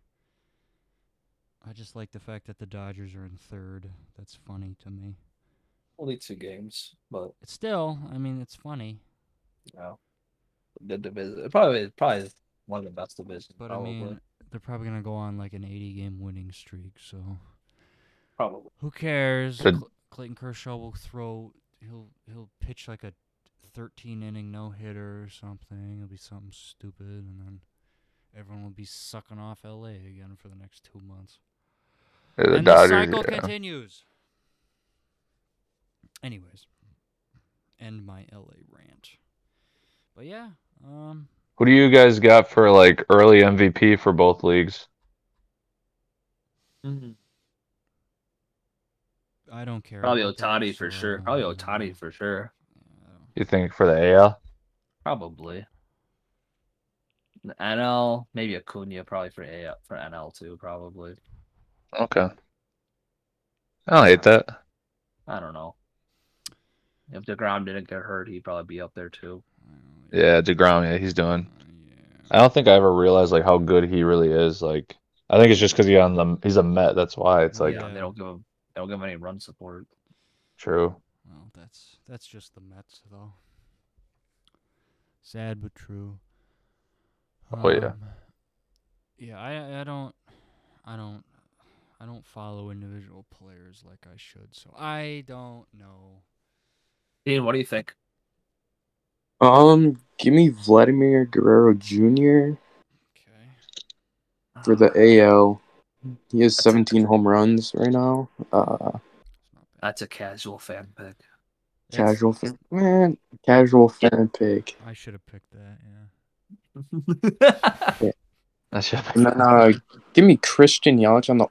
Speaker 1: I just like the fact that the Dodgers are in third. That's funny to me.
Speaker 2: Only two games, but
Speaker 1: It's still, I mean, it's funny.
Speaker 2: you know, the division probably probably is one of the best divisions.
Speaker 1: But
Speaker 2: probably.
Speaker 1: I mean, they're probably gonna go on like an 80 game winning streak. So
Speaker 2: probably.
Speaker 1: who cares?
Speaker 4: Could-
Speaker 1: Cl- Clayton Kershaw will throw. He'll he'll pitch like a 13 inning no hitter or something. It'll be something stupid, and then everyone will be sucking off LA again for the next two months.
Speaker 4: they're the
Speaker 1: and the
Speaker 4: Dodgers.
Speaker 1: cycle
Speaker 4: yeah.
Speaker 1: continues. Anyways, end my LA rant. But yeah, um,
Speaker 4: Who do you guys got for like early MVP for both leagues?
Speaker 1: mm-hmm. I don't care.
Speaker 2: Probably
Speaker 1: about that,
Speaker 2: Otani for
Speaker 1: so I
Speaker 2: sure.
Speaker 1: don't
Speaker 2: Probably
Speaker 1: really
Speaker 2: Otani
Speaker 1: know.
Speaker 2: for sure.
Speaker 1: Yeah, I don't-
Speaker 4: You think for the AL?
Speaker 2: Probably. The NL, maybe Acuna, probably for AL, for NL too, probably.
Speaker 4: Okay. I don't hate that.
Speaker 2: I don't know. If Degrom didn't get hurt, he'd probably be up there too.
Speaker 1: I don't know,
Speaker 4: Yeah, Degrom. Yeah, he's doing.
Speaker 1: uh, yeah.
Speaker 4: I don't think I ever realized like how good he really is. Like, I think it's just because he's on the he's a Met. That's why it's like
Speaker 2: yeah, they don't give him, they don't give him any run support.
Speaker 4: true.
Speaker 1: Well, that's that's just the Mets, though. Sad but true.
Speaker 4: Oh, yeah.
Speaker 1: Um, Yeah, I I don't, I don't, I don't follow individual players like I should, so I don't know.
Speaker 2: Ian, what do you think?
Speaker 3: Um, give me Vladimir Guerrero Jr.
Speaker 1: Okay.
Speaker 3: for the AL. He has
Speaker 2: That's-
Speaker 3: 17 home runs right now.
Speaker 1: It's
Speaker 3: Uh,
Speaker 1: not bad.
Speaker 4: <laughs>
Speaker 2: That's a casual fan pick.
Speaker 1: That's-
Speaker 3: Casual fan, man. Casual fan pick.
Speaker 1: I should have picked that. Yeah.
Speaker 4: That's <laughs>
Speaker 3: No, no, uh, give me Christian Yelich on the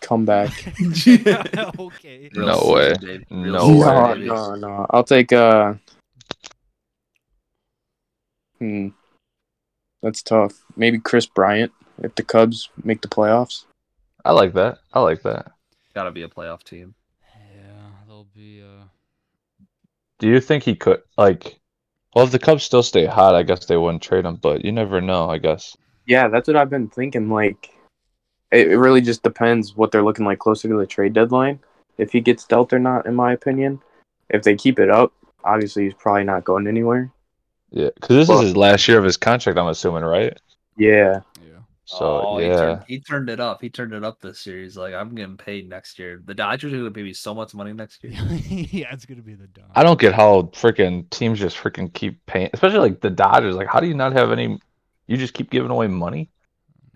Speaker 1: <laughs>
Speaker 3: comeback.
Speaker 4: <laughs>
Speaker 1: okay.
Speaker 4: No way. No
Speaker 2: season,
Speaker 4: way.
Speaker 3: no,
Speaker 2: baby.
Speaker 3: no, no. I'll take uh. Hmm. That's tough. Maybe Chris Bryant if the Cubs make the playoffs.
Speaker 4: I like that. I like that.
Speaker 2: Gotta be a playoff team.
Speaker 1: Yeah, they'll be. Uh,
Speaker 4: Do you think he could like? Well, if the Cubs still stay hot, I guess they wouldn't trade him. But you never know. I guess.
Speaker 3: Yeah, that's what I've been thinking. Like, it, it really just depends what they're looking like closer to the trade deadline. If he gets dealt or not, in my opinion. If they keep it up, obviously he's probably not going anywhere.
Speaker 4: Yeah, because this
Speaker 3: Well-
Speaker 4: is his last year of his contract. I'm assuming, right?
Speaker 3: Yeah,
Speaker 1: yeah.
Speaker 4: So
Speaker 2: Oh, he
Speaker 4: yeah,
Speaker 2: turned, he turned it up. He turned it up this year. He's like, I'm getting paid next year. The Dodgers are gonna pay me so much money next
Speaker 1: <laughs>
Speaker 2: year.
Speaker 1: yeah, it's gonna be the dog.
Speaker 4: I don't get how freaking teams just freaking keep paying, especially like the Dodgers. Like, how do you not have any? You just keep giving away money.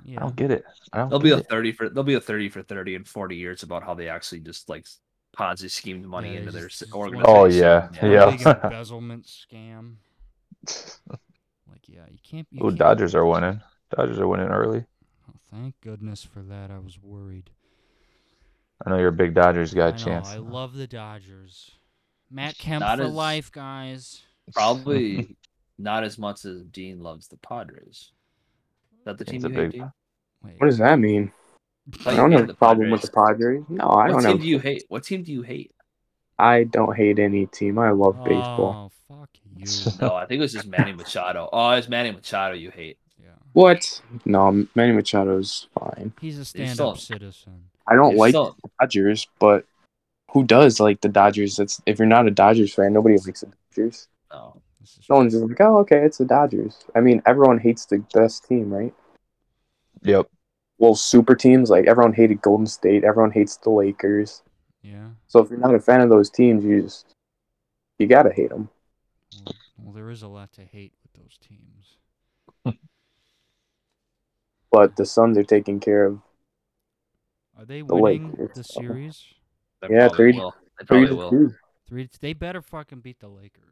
Speaker 1: Yeah.
Speaker 4: I don't get it. I don't.
Speaker 2: There'll be
Speaker 4: get
Speaker 2: a
Speaker 4: it.
Speaker 2: thirty for there'll be a thirty for thirty in forty years about how they actually just like Ponzi schemed money
Speaker 1: Yeah,
Speaker 2: into
Speaker 1: they
Speaker 2: their
Speaker 1: just-
Speaker 2: s-
Speaker 1: just one
Speaker 2: organization.
Speaker 1: big-
Speaker 4: Oh, yeah,
Speaker 1: one
Speaker 4: yeah. <laughs>
Speaker 1: big embezzlement scam. Like yeah, you can't. You
Speaker 4: Oh,
Speaker 1: can't- <laughs>
Speaker 4: Dodgers are winning. Dodgers are winning early.
Speaker 1: Oh, thank goodness for that. I was worried.
Speaker 4: I know you're a big Dodgers guy.
Speaker 1: I know,
Speaker 4: chance.
Speaker 1: I love the Dodgers. Matt Kemp
Speaker 2: Not
Speaker 1: for
Speaker 2: as-
Speaker 1: life, guys.
Speaker 2: <laughs> <laughs> Probably not as much as Dean loves the Padres. Is that the team
Speaker 4: It's
Speaker 2: you
Speaker 4: a
Speaker 2: hate?
Speaker 4: big-
Speaker 2: Dean?
Speaker 1: Wait.
Speaker 3: what does that mean?
Speaker 2: Oh,
Speaker 3: I
Speaker 2: you
Speaker 3: don't
Speaker 2: hate
Speaker 3: have a problem with
Speaker 2: Padres.
Speaker 3: the Padres. No, I
Speaker 2: what
Speaker 3: don't
Speaker 2: team
Speaker 3: have.
Speaker 2: do you hate? What team do you
Speaker 3: <laughs>
Speaker 2: hate?
Speaker 3: I don't hate any team. I love baseball.
Speaker 1: Oh,
Speaker 3: <laughs>
Speaker 1: fuck you.
Speaker 2: No, I think it was just Manny Machado. Oh, it's Manny Machado you hate.
Speaker 1: yeah.
Speaker 3: What? No, Manny Machado's fine.
Speaker 1: He's a
Speaker 2: still-
Speaker 1: stand-up citizen.
Speaker 3: I don't
Speaker 2: You're
Speaker 3: like
Speaker 2: still-
Speaker 3: Dodgers, but who does like the Dodgers? That's if you're not a Dodgers fan, nobody likes the Dodgers.
Speaker 2: no.
Speaker 1: This is
Speaker 3: No one's
Speaker 1: true.
Speaker 3: just like, oh, okay, it's the Dodgers. I mean, everyone hates the best team, right?
Speaker 4: <laughs> Yep.
Speaker 3: Well, super teams like everyone hated Golden State. Everyone hates the Lakers.
Speaker 1: Yeah.
Speaker 3: So if you're not a fan of those teams, you just you gotta hate them.
Speaker 1: Well, well, there is a lot to hate with those teams.
Speaker 3: But the Suns are taking care of.
Speaker 1: Are they
Speaker 3: The
Speaker 1: winning
Speaker 3: Lakers.
Speaker 1: the series?
Speaker 2: They
Speaker 3: Yeah,
Speaker 2: probably
Speaker 3: three-
Speaker 2: will. They
Speaker 3: three
Speaker 2: probably
Speaker 3: to
Speaker 2: will.
Speaker 3: two.
Speaker 1: Three. They better fucking beat the Lakers.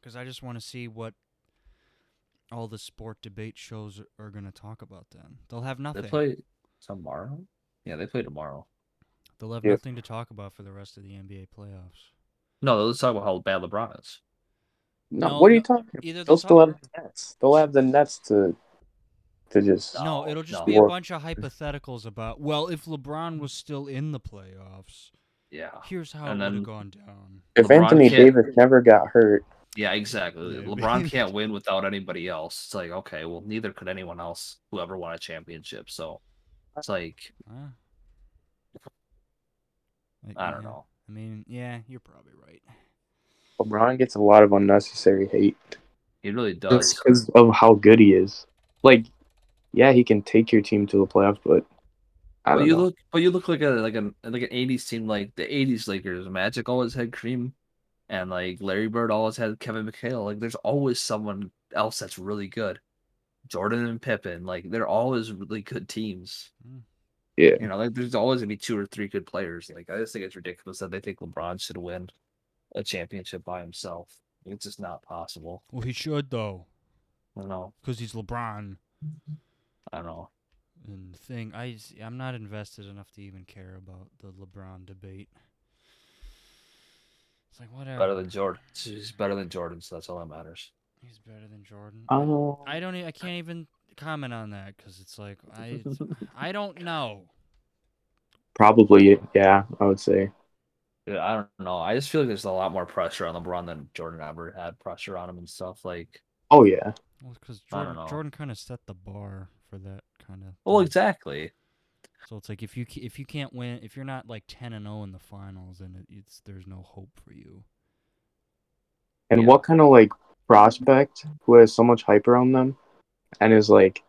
Speaker 1: Because I just want to see what all the sport debate shows are going to talk about. Then they'll have nothing.
Speaker 2: They play tomorrow. Yeah, they play tomorrow.
Speaker 1: They'll have
Speaker 3: Yeah.
Speaker 1: nothing to talk about for the rest of the NBA playoffs.
Speaker 2: No, let's talk about how bad LeBron is.
Speaker 3: No,
Speaker 1: No,
Speaker 3: what are you
Speaker 1: no,
Speaker 3: talking? about?
Speaker 1: Either
Speaker 3: They'll
Speaker 1: they'll
Speaker 3: still
Speaker 1: talk
Speaker 3: have
Speaker 1: about-
Speaker 3: the Nets. They'll have the Nets to to just.
Speaker 1: No,
Speaker 2: No,
Speaker 1: it'll just
Speaker 2: no.
Speaker 1: be a
Speaker 3: Or-
Speaker 1: bunch of hypotheticals about. Well, if LeBron was still in the playoffs,
Speaker 2: Yeah.
Speaker 1: here's how
Speaker 2: And
Speaker 1: it would
Speaker 2: then-
Speaker 1: have gone down.
Speaker 3: If
Speaker 2: LeBron
Speaker 3: Anthony
Speaker 2: can't-
Speaker 3: Davis never got hurt,
Speaker 2: Yeah, exactly.
Speaker 1: Yeah,
Speaker 2: LeBron
Speaker 1: man.
Speaker 3: <laughs>
Speaker 2: can't win without anybody else. It's like, okay, well, neither could anyone else who ever won a championship. So it's like,
Speaker 1: Huh? Like,
Speaker 2: I don't
Speaker 1: yeah.
Speaker 2: know.
Speaker 1: I mean, yeah, you're probably right.
Speaker 3: LeBron gets a lot of unnecessary hate.
Speaker 2: He really does.
Speaker 3: Just because of how good he is. Like, yeah, he can take your team to the playoffs, but I
Speaker 2: But
Speaker 3: don't
Speaker 2: you
Speaker 3: know.
Speaker 2: look, but you look like a like an like an '80s team, like the '80s Lakers. Magic always had Cream, and like Larry Bird always had Kevin McHale. Like there's always someone else that's really good. Jordan and Pippen, like they're always really good teams.
Speaker 3: Yeah.
Speaker 2: You know, like there's always gonna be two or three good players. Like I just think it's ridiculous that they think LeBron should win a championship by himself. It's just not possible.
Speaker 1: Well, he should though,
Speaker 2: I don't know.
Speaker 1: because he's LeBron.
Speaker 2: I don't know.
Speaker 1: And thing, I s- I'm not invested enough to even care about the LeBron debate. It's like whatever.
Speaker 2: Better than Jordan. He's better than Jordan, so that's all that matters.
Speaker 1: He's better than Jordan. I-
Speaker 3: Um,
Speaker 1: I don't. e- I can't even comment on that because it's like I. it's- I don't know.
Speaker 3: probably, yeah, I would say.
Speaker 2: Dude, I don't know. I just feel like there's a lot more pressure on LeBron than Jordan ever had pressure on him and stuff. Like,
Speaker 3: Oh, yeah.
Speaker 1: Well, because
Speaker 2: I don't
Speaker 1: Jordan,
Speaker 2: know.
Speaker 1: Jordan kind of set the bar for that kind of.
Speaker 2: well, exactly.
Speaker 1: So it's like if you ca- if you can't win, if you're not like ten and zero in the finals, then it, it's there's no hope for you.
Speaker 3: And
Speaker 2: Yeah.
Speaker 3: what kind of, like, prospect who has so much hype around them and is, like,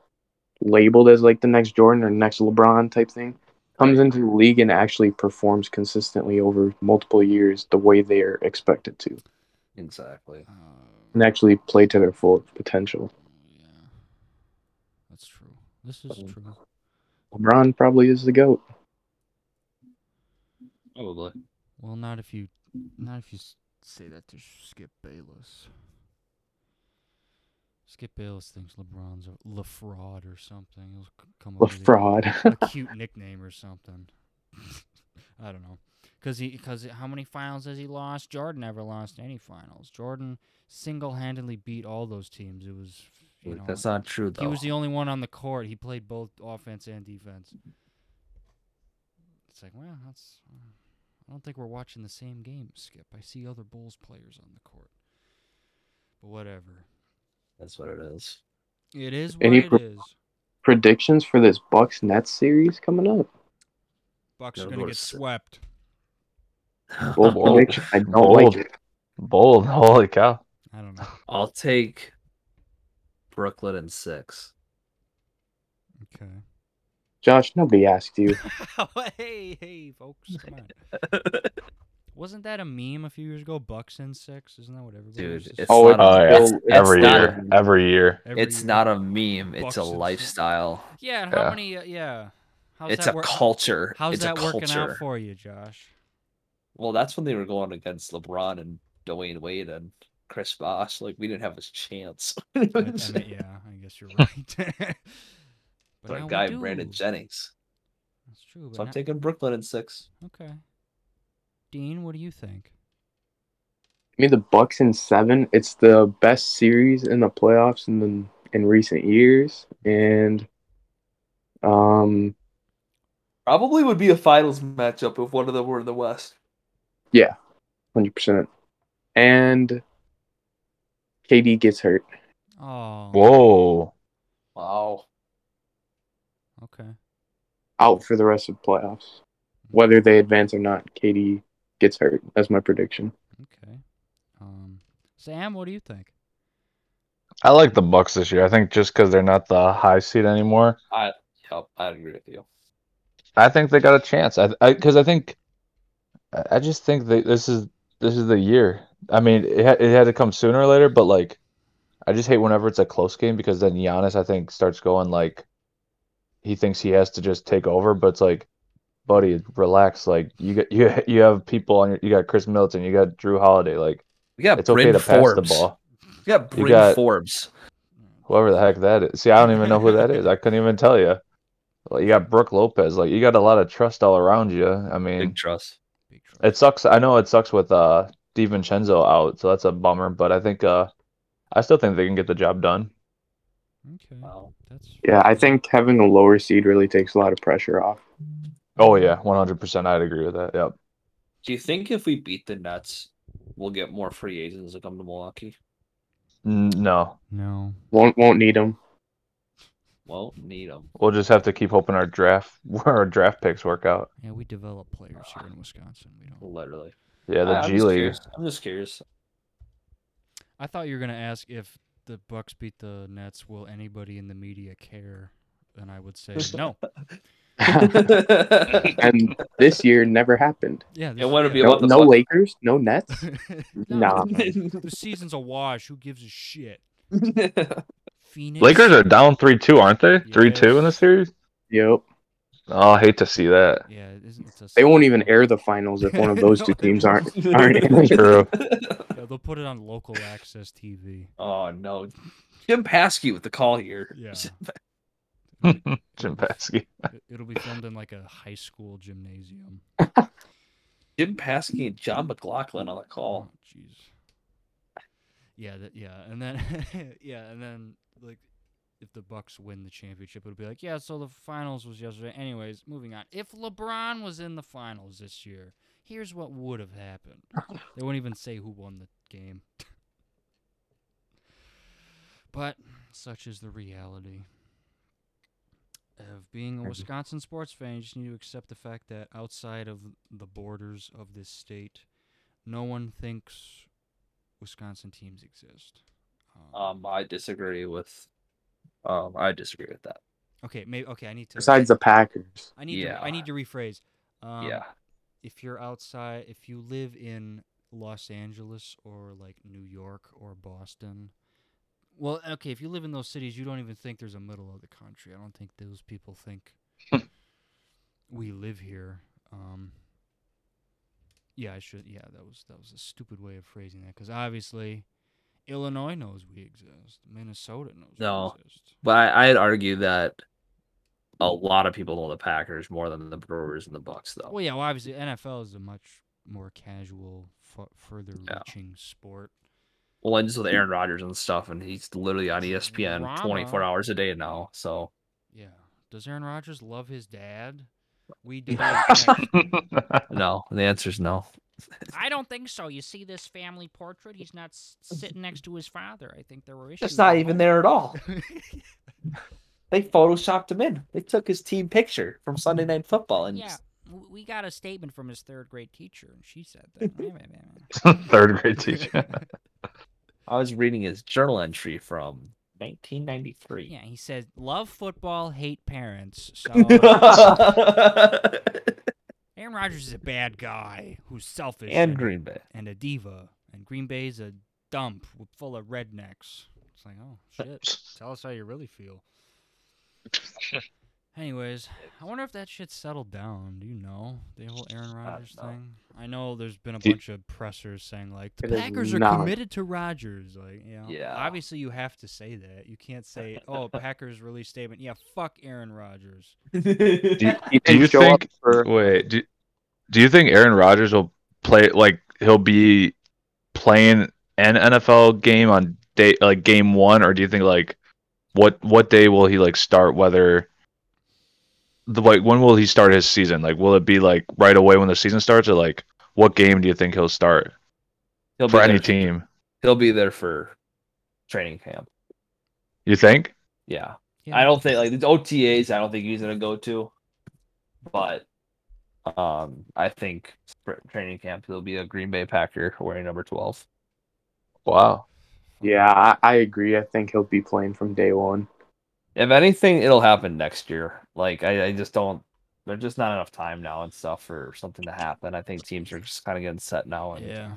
Speaker 3: labeled as, like, the next Jordan or next LeBron type thing comes into the league and actually performs consistently over multiple years the way they are expected to
Speaker 2: Exactly.
Speaker 1: Uh,
Speaker 3: and actually play to their full potential?
Speaker 1: Yeah, that's true. This is
Speaker 2: Um,
Speaker 1: true.
Speaker 3: LeBron probably is the GOAT.
Speaker 2: Probably.
Speaker 1: Well, not if you, not if you s- say that to Skip Bayless. Skip Bayless thinks LeBron's a LaFraud or something. He'll c- come up
Speaker 3: The
Speaker 1: with
Speaker 2: Mm-hmm.
Speaker 1: a-
Speaker 3: fraud.
Speaker 2: <laughs>
Speaker 3: <laughs>
Speaker 1: a cute nickname or something. <laughs> I don't know. Cause he, cause how many finals has he lost? Jordan never lost any finals. Jordan single-handedly beat all those teams. It was, you know,
Speaker 2: That's not true though.
Speaker 1: he was the only one on the court. He played both offense and defense. It's like, well, that's. I don't think we're watching the same game, Skip. I see other Bulls players on the court. But whatever.
Speaker 2: That's what it is.
Speaker 1: It is what
Speaker 3: Any
Speaker 1: it
Speaker 3: pro-
Speaker 1: is.
Speaker 3: Predictions for this Bucks Nets series coming up.
Speaker 1: Bucks are
Speaker 2: No,
Speaker 1: gonna get
Speaker 2: Lord's-
Speaker 1: swept.
Speaker 3: Bold
Speaker 2: <laughs>
Speaker 3: prediction. I don't
Speaker 4: Bold.
Speaker 3: like it.
Speaker 4: Bold. <laughs> Holy cow.
Speaker 1: I don't
Speaker 2: <laughs>
Speaker 1: know.
Speaker 2: I'll take Brooklyn and six.
Speaker 1: Okay.
Speaker 3: Josh, nobody asked you.
Speaker 2: <laughs>
Speaker 1: hey, hey, folks, come on. Wasn't that a meme a few years ago? Bucks in six. Isn't that what everybody?
Speaker 2: Dude,
Speaker 1: used to
Speaker 2: it's
Speaker 1: say?
Speaker 3: Oh,
Speaker 2: not
Speaker 4: Oh,
Speaker 2: a,
Speaker 4: yeah.
Speaker 2: it's, it's
Speaker 4: Every
Speaker 2: not
Speaker 4: year.
Speaker 2: A,
Speaker 4: Every year.
Speaker 1: Every
Speaker 2: it's
Speaker 1: year.
Speaker 2: not a meme. It's a
Speaker 1: Bucks and-
Speaker 2: lifestyle.
Speaker 1: Yeah. and How
Speaker 4: Yeah.
Speaker 1: many? Uh, yeah. How's
Speaker 2: It's
Speaker 1: that
Speaker 2: a
Speaker 1: work?
Speaker 2: culture.
Speaker 1: How's
Speaker 2: it's
Speaker 1: that
Speaker 2: a
Speaker 1: working out
Speaker 2: culture.
Speaker 1: for you, Josh?
Speaker 3: <laughs>
Speaker 2: Well, that's when they were going against LeBron and Dwayne Wade and Chris Bosh. Like we didn't have a chance. <laughs>
Speaker 1: I, I mean, yeah, I guess you're <laughs> right. but now
Speaker 2: Our
Speaker 1: we
Speaker 2: guy
Speaker 1: do.
Speaker 2: Brandon Jennings.
Speaker 1: That's true. But
Speaker 2: So I'm
Speaker 1: now-
Speaker 2: taking Brooklyn in six.
Speaker 1: okay. Dean, what do you think?
Speaker 3: I mean, the Bucks in seven. It's the best series in the playoffs in the, in recent years, and um,
Speaker 2: Probably would be a finals matchup if one of them were in the West.
Speaker 3: yeah, hundred percent. And KD gets hurt.
Speaker 1: Oh.
Speaker 4: Whoa.
Speaker 2: Wow.
Speaker 1: Okay.
Speaker 3: out for the rest of the playoffs. Whether they advance or not, KD gets hurt. That's my prediction.
Speaker 1: Okay. Um, Sam, what do you think?
Speaker 4: I like the Bucks this year. I think just because they're not the high seed anymore,
Speaker 2: I yep, I agree with you.
Speaker 4: I think they got a chance. I because I, think I I just think that this is this is the year. I mean, it had, it had to come sooner or later, but like, I just hate whenever it's a close game because then Giannis, I think, starts going like he thinks he has to just take over, but it's like, buddy, relax. Like you got you you have people on your you got Chris Middleton, you got Drew Holiday. Like
Speaker 2: We got
Speaker 4: it's okay to pass the ball.
Speaker 2: We got
Speaker 4: You
Speaker 2: Bryn
Speaker 4: got-
Speaker 2: Forbes.
Speaker 4: Whoever the heck that is. See, I don't even know who that is. I couldn't even tell you. Like, you got Brooke Lopez. Like you got a lot of trust all around you. I mean,
Speaker 2: Big trust.
Speaker 1: Big trust.
Speaker 4: it sucks. I know it sucks with uh DiVincenzo out, so that's a bummer. But I think uh I still think they can get the job done.
Speaker 1: okay.
Speaker 2: Wow.
Speaker 1: That's
Speaker 3: Yeah, I think having a lower seed really takes a lot of pressure off.
Speaker 4: Oh yeah, one hundred percent. I'd agree with that. Yep.
Speaker 2: Do you think if we beat the Nets, we'll get more free agents to come to Milwaukee?
Speaker 4: N- No,
Speaker 1: no.
Speaker 3: Won't won't need them.
Speaker 2: Well, need them.
Speaker 4: we'll just have to keep hoping our draft <laughs> where our draft picks work out.
Speaker 1: Yeah, we develop players here in Wisconsin. We don't.
Speaker 2: Literally.
Speaker 4: Yeah, the
Speaker 2: I- I'm
Speaker 4: G
Speaker 2: just
Speaker 4: League.
Speaker 2: curious. I'm just curious.
Speaker 1: I thought you were gonna ask if the Bucks beat the Nets. Will anybody in the media care? And I would
Speaker 2: <laughs>
Speaker 1: say no.
Speaker 3: and this year never happened.
Speaker 1: Yeah.
Speaker 2: It wouldn't be
Speaker 1: yeah.
Speaker 3: No,
Speaker 2: What the
Speaker 3: no
Speaker 2: fuck?
Speaker 3: Lakers, no Nets.
Speaker 1: <laughs> no.
Speaker 3: Nah.
Speaker 1: The season's a wash. Who gives a shit? Phoenix.
Speaker 4: Lakers are down three two, aren't they? Three two in the
Speaker 1: Yes.
Speaker 4: series.
Speaker 3: Yep.
Speaker 4: Oh, I hate to see that. <laughs>
Speaker 1: Yeah, it isn't, it's a
Speaker 3: They won't
Speaker 1: suck.
Speaker 3: even air the finals if one of those two
Speaker 1: No, they
Speaker 3: teams aren't
Speaker 2: won't.
Speaker 3: aren't in
Speaker 2: <laughs>
Speaker 3: it.
Speaker 4: <laughs> True.
Speaker 1: Yeah, they'll put it on local access TV.
Speaker 2: oh no. Jim Paskey with the call here.
Speaker 1: Yeah.
Speaker 4: Jim Paskey.
Speaker 1: It- It'll be filmed in like a high school gymnasium.
Speaker 2: Jim Paskey and John McLaughlin on the
Speaker 1: Oh,
Speaker 2: call.
Speaker 1: jeez. Yeah, that, yeah, and then <laughs> yeah, and then like if the Bucks win the championship, it'll be like yeah. So the finals was yesterday. Anyways, moving on. If LeBron was in the finals this year, here's what would have happened. They wouldn't even say who won the game. But such is the reality of being a
Speaker 4: Mhm.
Speaker 1: Wisconsin sports fan. You just need to accept the fact that outside of the borders of this state, no one thinks Wisconsin teams exist.
Speaker 2: Um, I disagree with. Um, I disagree with that.
Speaker 1: okay, maybe okay. I need to.
Speaker 3: Besides the Packers.
Speaker 1: I need. To, I
Speaker 2: Yeah.
Speaker 1: need to rephrase. Um,
Speaker 2: yeah,
Speaker 1: If you're outside, if you live in Los Angeles or like New York or Boston, well, okay. If you live in those cities, you don't even think there's a middle of the country. I don't think those people think we live here. Um, Yeah, I should. Yeah, that was that was a stupid way of phrasing that because obviously, Illinois knows we exist. Minnesota knows
Speaker 2: No.
Speaker 1: we exist.
Speaker 2: But I, I'd argue that a lot of people know the Packers more than the Brewers and the Bucks, though.
Speaker 1: Well, yeah. Well, obviously, NFL is a much more casual, fu- further-reaching sport.
Speaker 2: Well, and just with Aaron Rodgers and stuff, and he's literally on E ESPN
Speaker 1: Drama.
Speaker 2: 24 hours a day now. So
Speaker 5: <laughs>
Speaker 1: Yeah. Does Aaron Rodgers love his dad?
Speaker 5: <laughs>
Speaker 1: We <laughs> debate. that.
Speaker 4: That's
Speaker 2: no, the answer is no.
Speaker 1: I don't think so. You see this family portrait? He's not s- sitting next to his father. I think there were issues.
Speaker 5: That's not
Speaker 1: with
Speaker 5: even
Speaker 1: that.
Speaker 5: there at
Speaker 1: <laughs>
Speaker 5: all. They photoshopped him in. They took his team picture from Sunday Night Football and
Speaker 1: yeah,
Speaker 5: just-
Speaker 1: w- we got a statement from his third grade teacher, and she said
Speaker 5: <laughs>
Speaker 1: that.
Speaker 4: third grade teacher.
Speaker 2: I was reading his journal entry from
Speaker 5: 1993.
Speaker 1: <laughs> yeah, he said, "Love football, hate parents." So
Speaker 5: <laughs>
Speaker 1: Aaron Rodgers is a bad guy who's selfish
Speaker 2: and
Speaker 1: a-
Speaker 2: Green Bay.
Speaker 1: and a diva, and Green Bay's a dump w- full of rednecks. It's like,
Speaker 2: <laughs>
Speaker 1: oh shit, tell us how you really feel. Anyways, I wonder if that shit's settled down. Do you know the whole Aaron Rodgers
Speaker 2: know.
Speaker 1: thing? I know there's been a
Speaker 4: Do-
Speaker 1: bunch of pressers saying like the
Speaker 3: It is
Speaker 1: Packers are
Speaker 3: not.
Speaker 1: committed to Rodgers. Like, you know,
Speaker 2: Yeah.
Speaker 1: obviously you have to say that. You can't say,
Speaker 2: <laughs>
Speaker 1: "Oh, Packers release statement." Yeah, fuck Aaron Rodgers.
Speaker 4: Do you,
Speaker 3: He
Speaker 4: do
Speaker 3: didn't
Speaker 4: you
Speaker 3: show up
Speaker 4: think?
Speaker 3: for-
Speaker 4: Wait, do, do you think Aaron Rodgers will play like he'll be playing an NFL game on day like game one, or do you think like what what day will he like start? Whether the like when will he start his season? Like will it be like right away when the season starts, or like what game do you think he'll start
Speaker 2: <laughs> He'll
Speaker 4: for
Speaker 2: be
Speaker 4: any
Speaker 2: there.
Speaker 4: team?
Speaker 2: He'll be there for training camp.
Speaker 4: You think?
Speaker 2: Yeah.
Speaker 1: Yeah.
Speaker 2: I don't think like the OTAs. I don't think he's gonna go to, but um, I think spr- training camp he'll be a Green Bay Packer wearing number twelve.
Speaker 4: Wow.
Speaker 3: Yeah, I, I agree. I think he'll be playing from day one.
Speaker 2: If anything, it'll happen next year. Like I, I just don't. There's just not enough time now and stuff for something to happen. I think teams are just kind of getting set now, and
Speaker 1: Yeah.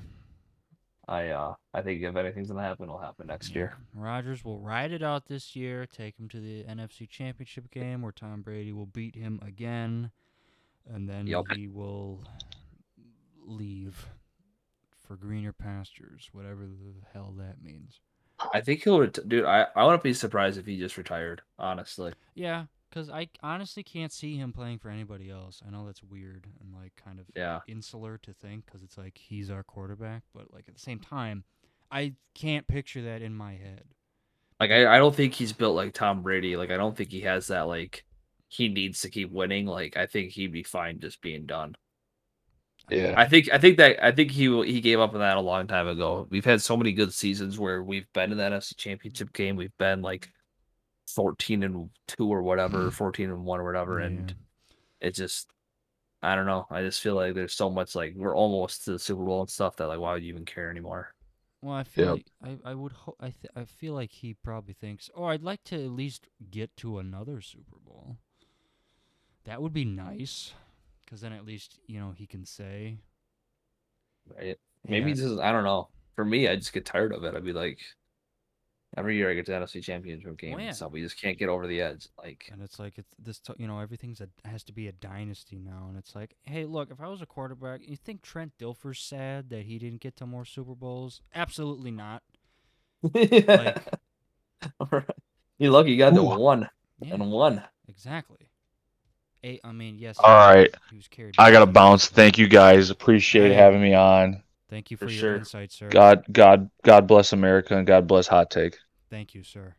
Speaker 2: I, uh, I think if anything's gonna happen, it'll happen next year.
Speaker 1: Rodgers will ride it out this year, take him to the NFC Championship game where Tom Brady will beat him again, and then
Speaker 2: Yup.
Speaker 1: he will leave for greener pastures, whatever the hell that means.
Speaker 2: I think he'll, ret- dude. I, I wouldn't be surprised if he just retired. Honestly,
Speaker 1: Yeah, because I honestly can't see him playing for anybody else. I know that's weird and like kind of
Speaker 2: yeah.
Speaker 1: insular to think because it's like he's our quarterback, but like at the same time, I can't picture that in my head.
Speaker 2: Like I, I don't think he's built like Tom Brady. Like I don't think he has that like he needs to keep winning. Like I think he'd be fine just being done.
Speaker 4: Yeah.
Speaker 2: I think I think that I think he will he gave up on that a long time ago. We've had so many good seasons where we've been in that NFC championship game. We've been like fourteen and two or whatever, fourteen and one or whatever, and
Speaker 1: Yeah.
Speaker 2: it just I don't know. I just feel like there's so much like we're almost to the Super Bowl and stuff that like why would you even care anymore?
Speaker 1: Well, I feel
Speaker 4: Yep.
Speaker 1: like I, I would ho- I th- I feel like he probably thinks, oh, I'd like to at least get to another Super Bowl. That would be nice, because then at least you know he can say
Speaker 2: Right? Maybe
Speaker 1: Yeah.
Speaker 2: just I don't know. For me, I just get tired of it. I'd be like, every year I get to NFC Championship game
Speaker 1: Oh, yeah.
Speaker 2: and stuff. We just can't get over the edge. Like,
Speaker 1: And it's like it's this, t- you know, everything's a, has to be a dynasty now. And it's like, hey, look, if I was a quarterback, you think Trent Dilfer's sad that he didn't get to more Super Bowls? Absolutely not.
Speaker 2: <laughs>
Speaker 1: Like,
Speaker 2: you lucky you got the
Speaker 4: Ooh.
Speaker 2: one
Speaker 1: yeah,
Speaker 2: and one.
Speaker 1: exactly. A, I mean, yes.
Speaker 4: All right.
Speaker 1: He was carried.
Speaker 4: I
Speaker 1: by
Speaker 4: gotta
Speaker 1: Trent
Speaker 4: bounce.
Speaker 1: Dilfer.
Speaker 4: Thank you guys. Appreciate having me on.
Speaker 1: Thank you for,
Speaker 2: For
Speaker 1: your
Speaker 2: sure.
Speaker 1: insight, sir.
Speaker 4: God, God, God bless America and God bless Hot Take.
Speaker 1: Thank you, sir.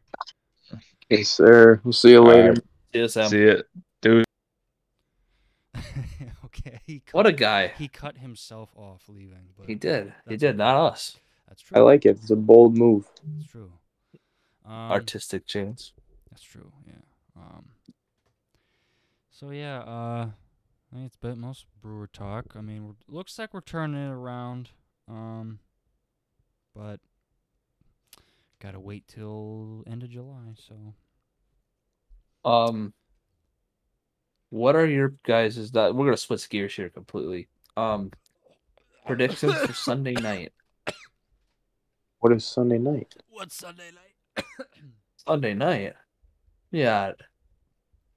Speaker 3: Yes, sir. We'll see you later.
Speaker 4: Alright.
Speaker 2: CSM.
Speaker 4: See it.
Speaker 1: <laughs> okay. He cut,
Speaker 2: What a guy.
Speaker 1: He cut himself off leaving. But
Speaker 2: He did. He
Speaker 1: That's
Speaker 2: did. Not us.
Speaker 1: That's true.
Speaker 3: I like it. It's a bold move.
Speaker 1: It's true. Um,
Speaker 2: Artistic chance.
Speaker 1: That's true. Yeah. Um. So yeah. Uh. I think it's been most brewer talk. I mean, we're, looks like we're turning it around. Um. But gotta wait till end of July. So
Speaker 2: Um, what are your guys? Is that we're gonna switch gears here completely? Um, predictions for
Speaker 4: <laughs>
Speaker 2: Sunday night.
Speaker 3: What is Sunday night?
Speaker 1: what's Sunday night?
Speaker 2: Sunday night. Yeah.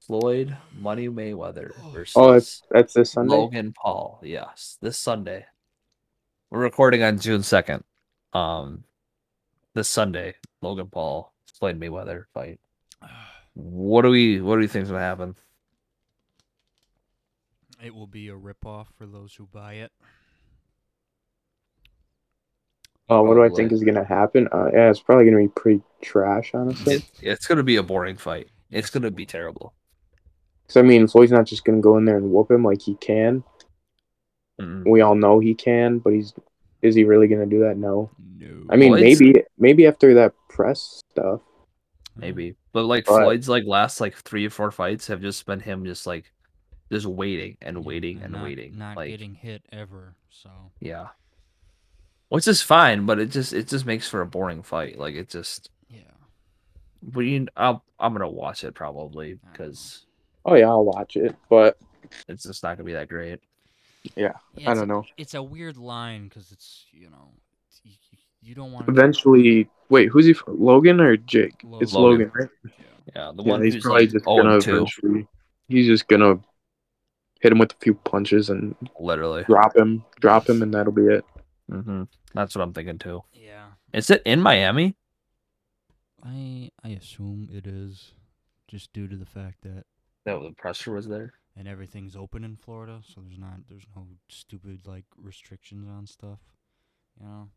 Speaker 2: Floyd Money Mayweather
Speaker 1: Oh.
Speaker 2: versus
Speaker 3: Oh, that's that's this Sunday.
Speaker 2: Logan Paul. Yes, this Sunday. We're recording on June second. Um, this Sunday, Logan Paul Floyd Mayweather fight. What do we What do you think's gonna happen?
Speaker 1: <sighs> It will be a ripoff for those who buy it.
Speaker 3: Uh, what do I think
Speaker 2: Probably.
Speaker 3: is gonna happen? Uh, yeah, it's probably gonna be pretty trash, honestly.
Speaker 2: It, it's gonna be a boring fight. It's gonna be terrible.
Speaker 3: Because I mean, Floyd's not just gonna go in there and whoop him like he can.
Speaker 2: Mm-mm.
Speaker 3: We all know he can, but he's is he really gonna do that? No.
Speaker 1: No.
Speaker 3: I mean,
Speaker 2: Floyd's-
Speaker 3: maybe maybe after that press stuff.
Speaker 1: Mm-hmm.
Speaker 2: Maybe, but like
Speaker 3: But-
Speaker 2: Floyd's like last like three or four fights have just been him just like just waiting and waiting and
Speaker 1: not,
Speaker 2: waiting.
Speaker 1: Not
Speaker 2: like
Speaker 1: getting hit ever. So
Speaker 2: yeah, which is fine, but it just it just makes for a boring fight. Like it just
Speaker 1: yeah.
Speaker 2: but you I'm I'm gonna watch it probably
Speaker 1: know.
Speaker 2: because
Speaker 3: Oh yeah, I'll watch it, but
Speaker 2: it's just not gonna be that great.
Speaker 1: yeah
Speaker 3: I don't know.
Speaker 1: It's a weird line because it's you know it's- you, you- you don't want
Speaker 3: Eventually, wait, who's he? From? Logan or Jake?
Speaker 1: Lo-
Speaker 3: It's
Speaker 2: Logan.
Speaker 3: Logan, right?
Speaker 2: Yeah, the
Speaker 3: Yeah,
Speaker 2: one
Speaker 3: he's
Speaker 2: who's
Speaker 3: probably
Speaker 2: like
Speaker 3: just
Speaker 2: oh
Speaker 3: gonna
Speaker 2: two,
Speaker 3: eventually. He's just gonna hit him with a few punches and
Speaker 2: literally.
Speaker 3: drop him, drop him, and that'll be it.
Speaker 2: hmm That's what I'm thinking too.
Speaker 1: Yeah.
Speaker 2: Is it in Miami?
Speaker 1: I I assume it is just due to the fact that
Speaker 2: That the pressure was there.
Speaker 1: and everything's open in Florida, so there's not there's no stupid like restrictions on stuff. You know.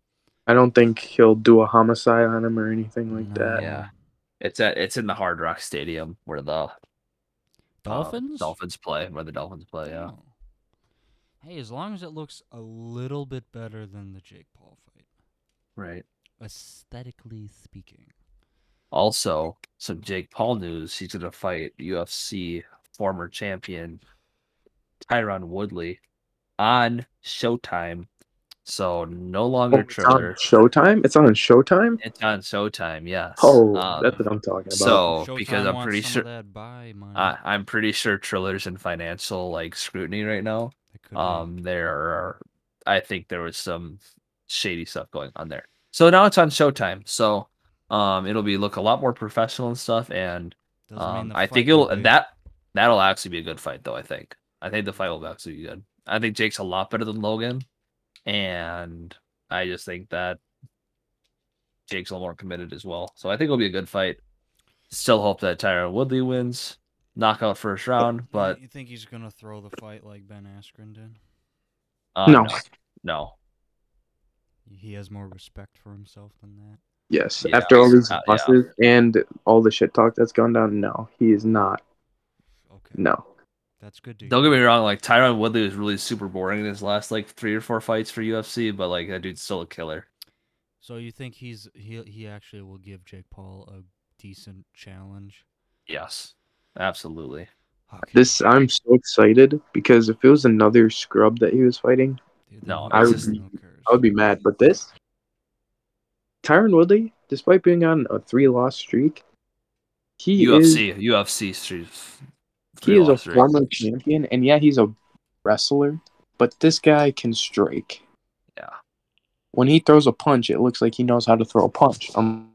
Speaker 3: I don't think he'll do a homicide on him or anything like
Speaker 1: No.
Speaker 3: that.
Speaker 2: Yeah. It's at it's in the Hard Rock Stadium where the um,
Speaker 1: Dolphins?
Speaker 2: Dolphins play where the Dolphins play. uh, Yeah.
Speaker 1: Oh. Hey, as long as it looks a little bit better than the Jake Paul fight,
Speaker 2: Right.
Speaker 1: aesthetically speaking.
Speaker 2: Also, some Jake Paul news. He's gonna fight UFC former champion Tyron Woodley on Showtime. So no
Speaker 3: Oh,
Speaker 2: longer
Speaker 3: it's on
Speaker 2: trailer.
Speaker 3: Showtime. It's on Showtime.
Speaker 2: It's on Showtime. Yes.
Speaker 3: Oh,
Speaker 2: Um,
Speaker 3: that's what I'm talking about.
Speaker 2: so Oh, because
Speaker 1: Showtime
Speaker 2: I'm
Speaker 1: wants
Speaker 2: pretty
Speaker 1: some
Speaker 2: sure Ah,
Speaker 1: of that buy money.
Speaker 2: I, I'm pretty sure Triller's in financial like scrutiny right now.
Speaker 1: That could be-
Speaker 2: Um, there are, I think there was some shady stuff going on there. So now it's on Showtime. So, um, it'll be look a lot more professional and stuff. And
Speaker 1: doesn't mean
Speaker 2: um,
Speaker 1: the
Speaker 2: I
Speaker 1: fight
Speaker 2: think
Speaker 1: will
Speaker 2: it'll
Speaker 1: be-
Speaker 2: that that'll actually be a good fight though. I think I think the fight will actually be good. I think Jake's a lot better than Logan, and I just think that Jake's a little more committed as well. So I think it'll be a good fight. Still hope that Tyron Woodley wins knockout first round, but
Speaker 1: you think he's gonna throw the fight like Ben Askren did?
Speaker 2: uh,
Speaker 3: No.
Speaker 2: no,
Speaker 1: He has more respect for himself than that.
Speaker 3: yes,
Speaker 2: yeah,
Speaker 3: after all these
Speaker 2: uh, yeah.
Speaker 3: losses and all the shit talk that's gone down, no, he is not.
Speaker 1: Okay.
Speaker 3: No,
Speaker 1: That's good to
Speaker 2: Don't
Speaker 1: hear.
Speaker 2: get me wrong, like Tyron Woodley was really super boring in his last like three or four fights for UFC, but like that dude's still a killer.
Speaker 1: So you think he's he he actually will give Jake Paul a decent challenge?
Speaker 2: Yes, absolutely.
Speaker 1: Okay.
Speaker 3: this I'm so excited because if it was another scrub that he was fighting,
Speaker 1: Dude, then
Speaker 2: no,
Speaker 1: who
Speaker 2: I would
Speaker 1: cares?
Speaker 3: be-
Speaker 1: Who cares?
Speaker 3: I would be mad. But this, Tyron Woodley, despite being on a three-loss streak, he is
Speaker 2: UFC, UFC street. oh
Speaker 3: he is a former champion, and yeah, he's a wrestler. But this guy can strike.
Speaker 2: Yeah.
Speaker 3: When he throws a punch, it looks like he knows how to throw a punch. Um,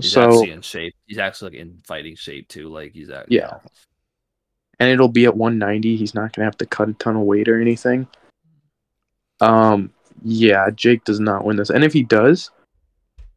Speaker 2: He's
Speaker 3: so
Speaker 2: actually in shape. He's actually like, in fighting shape too. Like he's at
Speaker 3: Yeah. and it'll be at 190. He's not gonna have to cut a ton of weight or anything. Um, yeah, Jake does not win this, and if he does,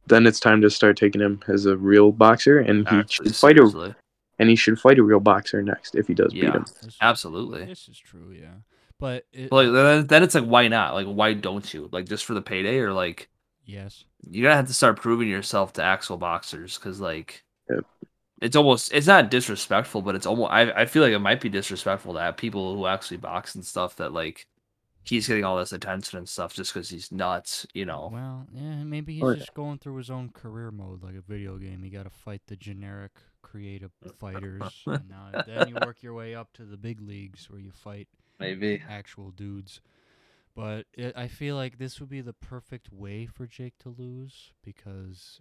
Speaker 3: then it's time to start taking him as a real boxer, and he
Speaker 2: Actually,
Speaker 3: should fight a
Speaker 2: seriously.
Speaker 3: and he should fight a real boxer next if he does
Speaker 2: Yeah.
Speaker 3: beat him.
Speaker 1: This is-
Speaker 2: Absolutely.
Speaker 1: This is true, yeah. But it,
Speaker 2: Like then, then it's like why not? Like why don't you? Like just for the payday or like
Speaker 1: yes,
Speaker 2: you're gonna have to start proving yourself to actual boxers because like
Speaker 3: Yep.
Speaker 2: it's almost it's not disrespectful but it's almost I, I feel like it might be disrespectful to have people who actually box and stuff that like he's getting all this attention and stuff just because he's nuts you know
Speaker 1: well, yeah, maybe he's
Speaker 3: Oh, yeah.
Speaker 1: just going through his own career mode like a video game. You got to fight the generic creative fighters, and now, then you work your way up to the big leagues where you fight
Speaker 2: maybe
Speaker 1: actual dudes. But it, I feel like this would be the perfect way for Jake to lose because,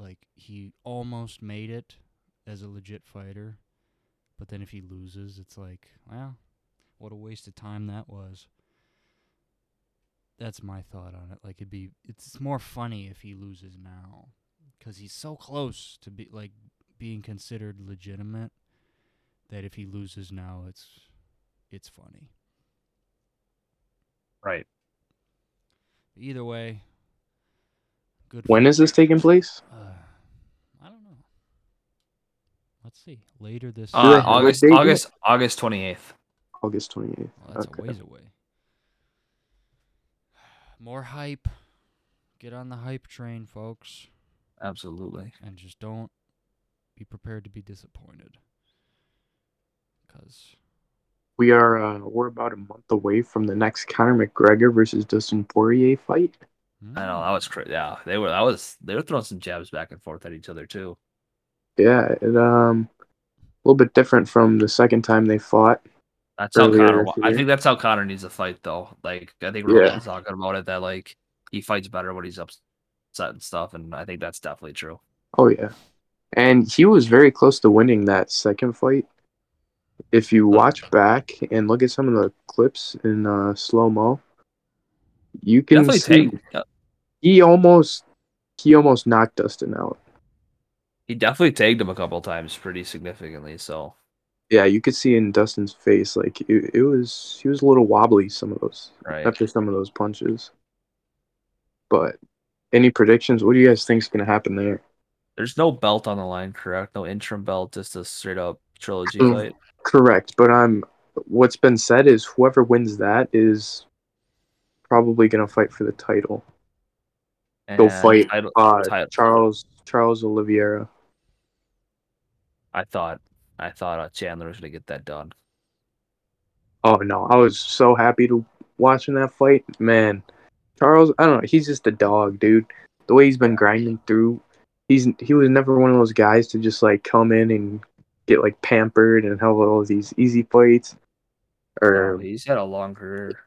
Speaker 1: like, he almost made it as a legit fighter. But then if he loses, it's like, well, what a waste of time that was. That's my thought on it. Like, it'd be, it's more funny if he loses now because he's so close to be like being considered legitimate that if he loses now, it's, it's funny.
Speaker 2: right
Speaker 1: Either way, good.
Speaker 3: When
Speaker 1: for-
Speaker 3: is this taking place?
Speaker 1: Uh, I don't know. Let's see. Later this.
Speaker 3: they
Speaker 2: Uh,
Speaker 3: have a
Speaker 2: August
Speaker 3: date yet?
Speaker 2: August August twenty eighth.
Speaker 3: August 28th.
Speaker 1: Well, that's
Speaker 3: Okay.
Speaker 1: a ways away. <sighs> More hype. Get on the hype train, folks,
Speaker 2: Absolutely.
Speaker 1: and just don't be prepared to be disappointed. Because
Speaker 3: We are uh, we're about a month away from the next Conor McGregor versus Dustin Poirier fight.
Speaker 1: hmm,
Speaker 2: I know that was crazy. Yeah, they were. That was. They were throwing some jabs back and forth at each other too.
Speaker 3: Yeah, it, um, a little bit different from the second time they fought.
Speaker 2: That's how
Speaker 3: Earlier
Speaker 2: Connor.
Speaker 3: this
Speaker 2: I
Speaker 3: year.
Speaker 2: think that's how Connor needs to fight though. Like I think
Speaker 3: Yeah.
Speaker 2: Roman's talking about it that like he fights better when he's upset and stuff, and I think that's definitely true.
Speaker 3: Oh yeah, and he was very close to winning that second fight. If you watch back and look at some of the clips in uh, slow mo, you can
Speaker 2: Definitely
Speaker 3: see
Speaker 2: take. yeah,
Speaker 3: he almost he almost knocked Dustin out.
Speaker 2: He definitely tagged him a couple times pretty significantly. So
Speaker 3: Yeah, you could see in Dustin's face like it, it was he was a little wobbly some of those
Speaker 2: right.
Speaker 3: after some of those punches. But any predictions? What do you guys think's going to happen there?
Speaker 2: There's no belt on the line, correct? No interim belt, just a straight up trilogy
Speaker 3: Mm.
Speaker 2: fight.
Speaker 3: Correct, but um, what's been said is whoever wins that is probably going to fight for the title. They'll
Speaker 2: And
Speaker 3: fight,
Speaker 2: title-
Speaker 3: Uh,
Speaker 2: title-
Speaker 3: Charles Charles Oliveira.
Speaker 2: I thought. I thought uh, Chandler was gonna get that done.
Speaker 3: Oh no, I was so happy to watching that fight, man. Charles, I don't know, he's just a dog, dude. The way he's been grinding through, he's he was never one of those guys to just like come in and get like pampered and have all these easy fights, or
Speaker 2: No, he's had a long career.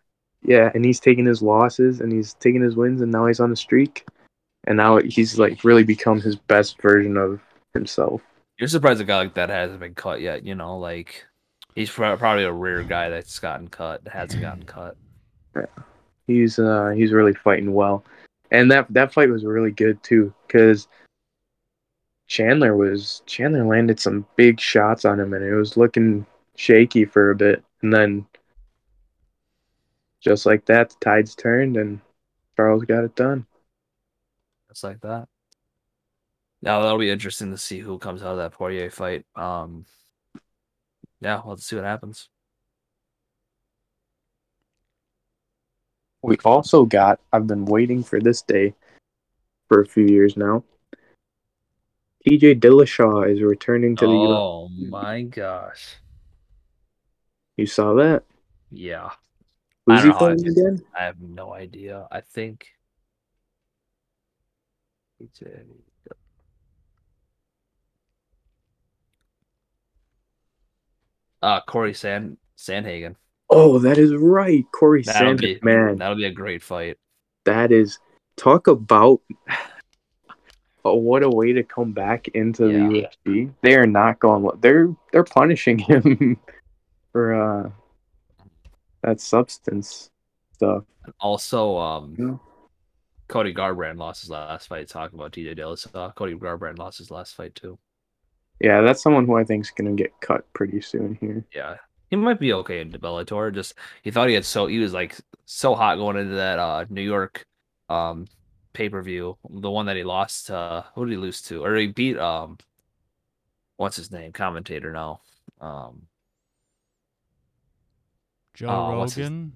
Speaker 3: Yeah, and he's taking his losses and he's taking his wins and now he's on a streak. And now he's like really become his best version of himself.
Speaker 2: You're surprised a guy like that hasn't been cut yet. You know, like he's pro- probably a rare guy that's gotten cut, hasn't
Speaker 3: <clears throat>
Speaker 2: gotten cut.
Speaker 3: He's uh he's really fighting well. And that that fight was really good too cuz Chandler was Chandler landed some big shots on him and it was looking shaky for a bit and then just like that the tides turned and Charles got it done.
Speaker 2: It's like that. Now that'll be interesting to see who comes out of that Poirier fight. Um, yeah, we'll have to see what happens.
Speaker 3: We also got, I've been waiting for this day for a few years now. TJ Dillashaw is returning to the UFC.
Speaker 2: Oh my gosh!
Speaker 3: You saw that?
Speaker 2: Yeah, I don't
Speaker 3: Who's he
Speaker 2: know how I
Speaker 3: fighting
Speaker 2: did-
Speaker 3: again?
Speaker 2: I have no idea. I think. It's a- E, Uh, Corey Sand Sandhagen.
Speaker 3: Oh, that is right. Corey
Speaker 2: That'll
Speaker 3: Sandhagen.
Speaker 2: be
Speaker 3: Man,
Speaker 2: That'll be a great fight.
Speaker 3: that is. Talk about. Oh, what a way to come back into
Speaker 2: Yeah.
Speaker 3: the UFC. They are not going. They're they're punishing <laughs> him for uh that substance stuff.
Speaker 2: Also, um,
Speaker 3: Yeah.
Speaker 2: Cody Garbrand lost his last fight. Talking about TJ Dillashaw, Cody Garbrand lost his last fight too.
Speaker 3: Yeah, that's someone who I think is going to get cut pretty soon here.
Speaker 2: Yeah, he might be okay in Bellator. Just he thought he had so he was like so hot going into that uh New York um pay per view, the one that he lost. Uh, who did he lose to? Or he beat um, what's his name? Commentator now. Um,
Speaker 1: Joe
Speaker 2: Oh, what's his-
Speaker 1: Rogan.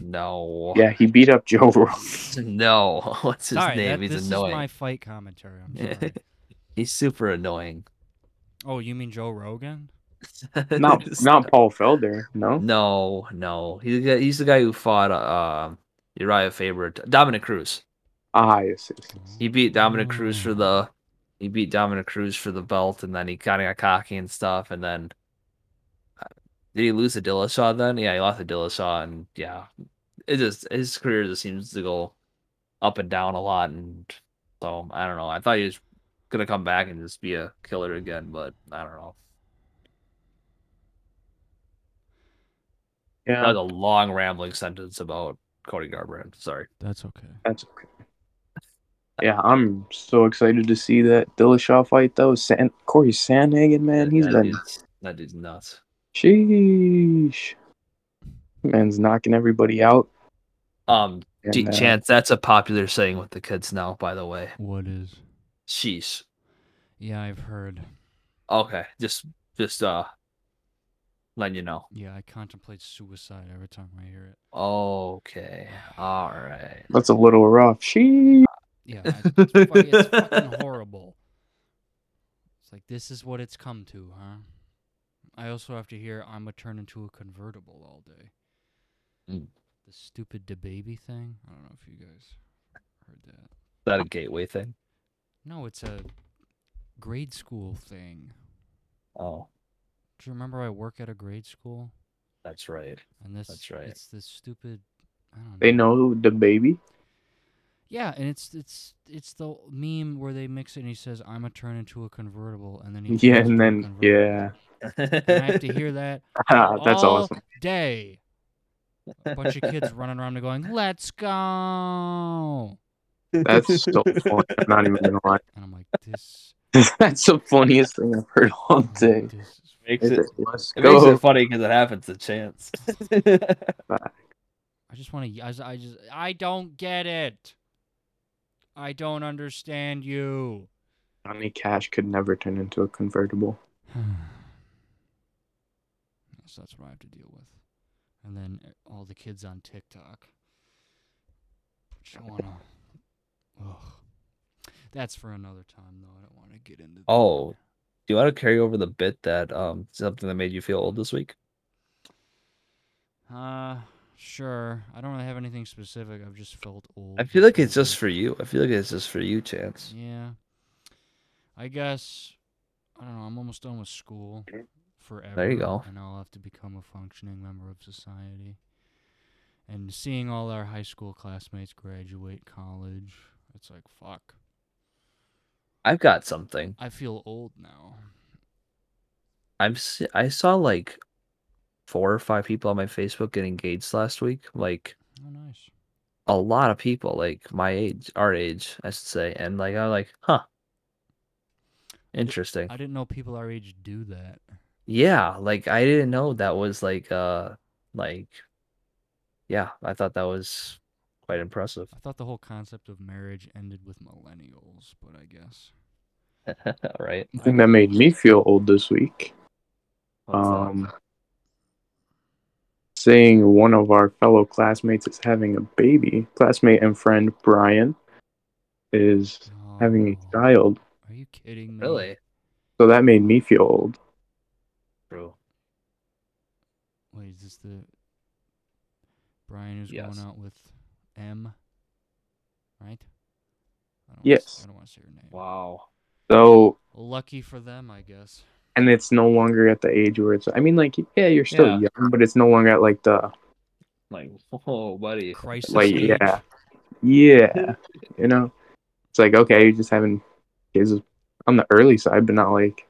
Speaker 2: no,
Speaker 3: Yeah, he beat up Joe Rogan.
Speaker 2: <laughs> no, <laughs> what's his
Speaker 1: Sorry,
Speaker 2: name?
Speaker 1: that-
Speaker 2: He's
Speaker 1: this
Speaker 2: annoying.
Speaker 1: is my fight commentary.
Speaker 2: <laughs>
Speaker 1: I'm sorry.
Speaker 2: He's super annoying. <laughs>
Speaker 1: oh, you mean Joe Rogan?
Speaker 3: Not not Paul Felder,
Speaker 2: Mm-hmm.
Speaker 3: no.
Speaker 2: No, no. He's the guy, he's the guy who fought uh, Uriah Faber, Dominic Cruz.
Speaker 3: Ah, yes, yes, yes.
Speaker 2: He beat Dominic Cruz for
Speaker 1: Oh.
Speaker 2: the he beat Dominic Cruz for the belt, and then he kind of got cocky and stuff, and then uh, did he lose to Dillashaw? Then yeah, he lost to Dillashaw, and yeah, it just his career just seems to go up and down a lot, and so I don't know. I thought he was gonna come back and just be a killer again, but I don't know. That
Speaker 3: Yeah,
Speaker 2: was a long rambling sentence about Cody Garbrandt. Sorry.
Speaker 1: That's okay.
Speaker 3: that's okay. Yeah, I'm so excited to see that Dillashaw fight though. San- Corey Sandhagen, man,
Speaker 2: That-
Speaker 3: he's
Speaker 2: that
Speaker 3: been
Speaker 2: dude's- that dude's nuts.
Speaker 3: sheesh. Man's knocking everybody out.
Speaker 2: Um, Gee,
Speaker 3: And, uh,
Speaker 2: Chance, that's a popular saying with the kids now, by the way.
Speaker 1: What is?
Speaker 2: Sheesh.
Speaker 1: Yeah, I've heard.
Speaker 2: Okay. Just just uh letting you know.
Speaker 1: Yeah, I contemplate suicide every time I hear it.
Speaker 2: Okay.
Speaker 1: <laughs>
Speaker 2: All right.
Speaker 3: That's a little rough. She.
Speaker 2: <laughs>
Speaker 1: Yeah, it's, it's, fucking, it's
Speaker 3: <laughs>
Speaker 1: fucking horrible. It's like this is what it's come to, huh? I also have to hear I'm gonna turn into a convertible all day.
Speaker 2: Mm.
Speaker 1: The stupid DeBaby thing. I don't know if you guys heard that.
Speaker 2: Is that a gateway thing?
Speaker 1: No, it's a grade school thing.
Speaker 2: Oh,
Speaker 1: Do you remember I work at a grade school?
Speaker 2: that's right.
Speaker 1: And this
Speaker 2: That's right.
Speaker 1: it's this stupid I don't know.
Speaker 3: They know the baby. <laughs>
Speaker 1: Yeah, and it's it's it's the meme where they mix it and he says, I'm gonna turn into a convertible and then he
Speaker 3: Yeah,
Speaker 1: turns
Speaker 3: and
Speaker 1: into a
Speaker 3: then-
Speaker 1: convertible.
Speaker 3: yeah.
Speaker 1: And I have to hear
Speaker 3: <laughs>
Speaker 1: that
Speaker 3: Ah, That's
Speaker 2: Oh.
Speaker 1: all
Speaker 3: awesome.
Speaker 1: day.
Speaker 3: <laughs>
Speaker 1: A bunch of
Speaker 2: <laughs>
Speaker 1: kids running around and going, Let's go
Speaker 3: That's
Speaker 1: <laughs>
Speaker 2: <laughs>
Speaker 3: so funny. I'm not even gonna lie. <laughs>
Speaker 1: and I'm like, This
Speaker 3: That's the funniest thing I've heard all day.
Speaker 1: this is
Speaker 2: makes
Speaker 3: It's
Speaker 2: it,
Speaker 3: a- Let's
Speaker 2: it makes
Speaker 3: go.
Speaker 2: it funny because it happens to
Speaker 1: <laughs>
Speaker 2: Chance.
Speaker 1: I just want to. I, s- I just. I don't get it. I don't understand you. <sighs>
Speaker 3: Johnny Cash could never turn into a convertible.
Speaker 1: so that's what I have to deal with. And then uh, all the kids on TikTok. Which I wanna. Ugh. That's for another time, though. I don't want to get into. that.
Speaker 2: Oh. Do you want to carry over the bit that um something that made you feel old this week?
Speaker 1: Uh, sure. I don't really have anything specific. I've just felt old.
Speaker 2: I
Speaker 1: this
Speaker 2: feel like
Speaker 1: whole
Speaker 2: it's just
Speaker 1: week.
Speaker 2: for you. I feel like it's just for you, Chance.
Speaker 1: Yeah. I guess I don't know, I'm almost done with school forever.
Speaker 2: go.
Speaker 1: And I'll have to become a functioning member of society. And seeing all our high school classmates graduate college, it's like fuck.
Speaker 2: I've got something.
Speaker 1: I feel old now.
Speaker 2: I'm s- I saw like four or five people on my Facebook get engaged last week. Like
Speaker 1: Oh nice.
Speaker 2: a lot of people, like my age, our age, I should say, and like I'm like, huh, interesting.
Speaker 1: I didn't know people our age do that.
Speaker 2: Yeah, like I didn't know that was like uh like yeah, I thought that was quite impressive. <laughs>
Speaker 1: I thought the whole concept of marriage ended with millennials, but I guess.
Speaker 2: right?
Speaker 3: The thing that made me feel old this week,
Speaker 2: What's that?
Speaker 3: um, seeing one of our fellow classmates is having a baby. Classmate and friend Brian is having
Speaker 1: Oh,
Speaker 3: a child,
Speaker 1: Are you kidding me?
Speaker 2: really?
Speaker 3: so that made me feel old.
Speaker 2: True.
Speaker 1: Wait, is this the Brian who's
Speaker 2: Yes.
Speaker 1: going out with M? Right? I don't wanna s-
Speaker 3: Yes.
Speaker 1: I don't want to say her name.
Speaker 2: Wow.
Speaker 3: So,
Speaker 1: Lucky for them, I guess.
Speaker 3: and it's no longer at the age where it's. I mean, like, yeah, you're still
Speaker 2: Yeah.
Speaker 3: young, but it's no longer at like the
Speaker 2: Like, <laughs> whoa, buddy.
Speaker 1: Crisis.
Speaker 3: like
Speaker 1: age.
Speaker 3: yeah, yeah. you know, it's like okay, you're just having kids on the early side, but not like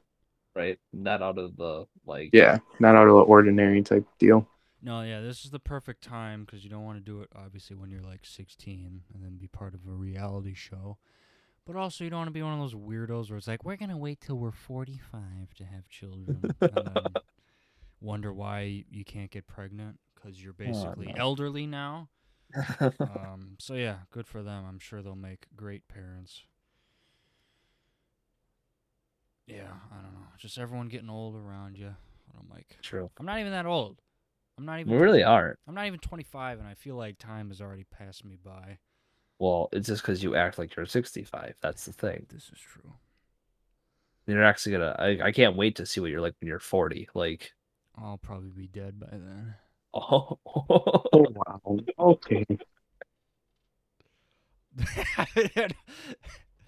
Speaker 2: Right? Not out of the
Speaker 1: <laughs>
Speaker 2: like <laughs>
Speaker 3: yeah, not out of the ordinary type deal.
Speaker 1: No, yeah, this is the perfect time because you don't want to do it obviously when you're like 16 and then be part of a reality show. But also, you don't want to be one of those weirdos where it's like, we're going to wait till we're 45 to have children.
Speaker 2: <laughs>
Speaker 1: and then wonder why you can't get pregnant because you're basically
Speaker 2: Oh, no.
Speaker 1: elderly now.
Speaker 2: <laughs>
Speaker 1: um, so yeah, good for them. I'm sure they'll make great parents. Yeah, I don't know. Just everyone getting old around you. And I'm like,
Speaker 2: True.
Speaker 1: I'm not even that old. I'm not even.
Speaker 2: We really aren't.
Speaker 1: I'm not even 25, and I feel like time has already passed me by.
Speaker 2: Well, it's just because you act like you're 65. That's the thing.
Speaker 1: This is true.
Speaker 2: You're actually gonna. I, I can't wait to see what you're like when you're 40. Like, <laughs>
Speaker 1: I'll probably be dead by <laughs> then.
Speaker 2: oh,
Speaker 3: Oh wow, okay.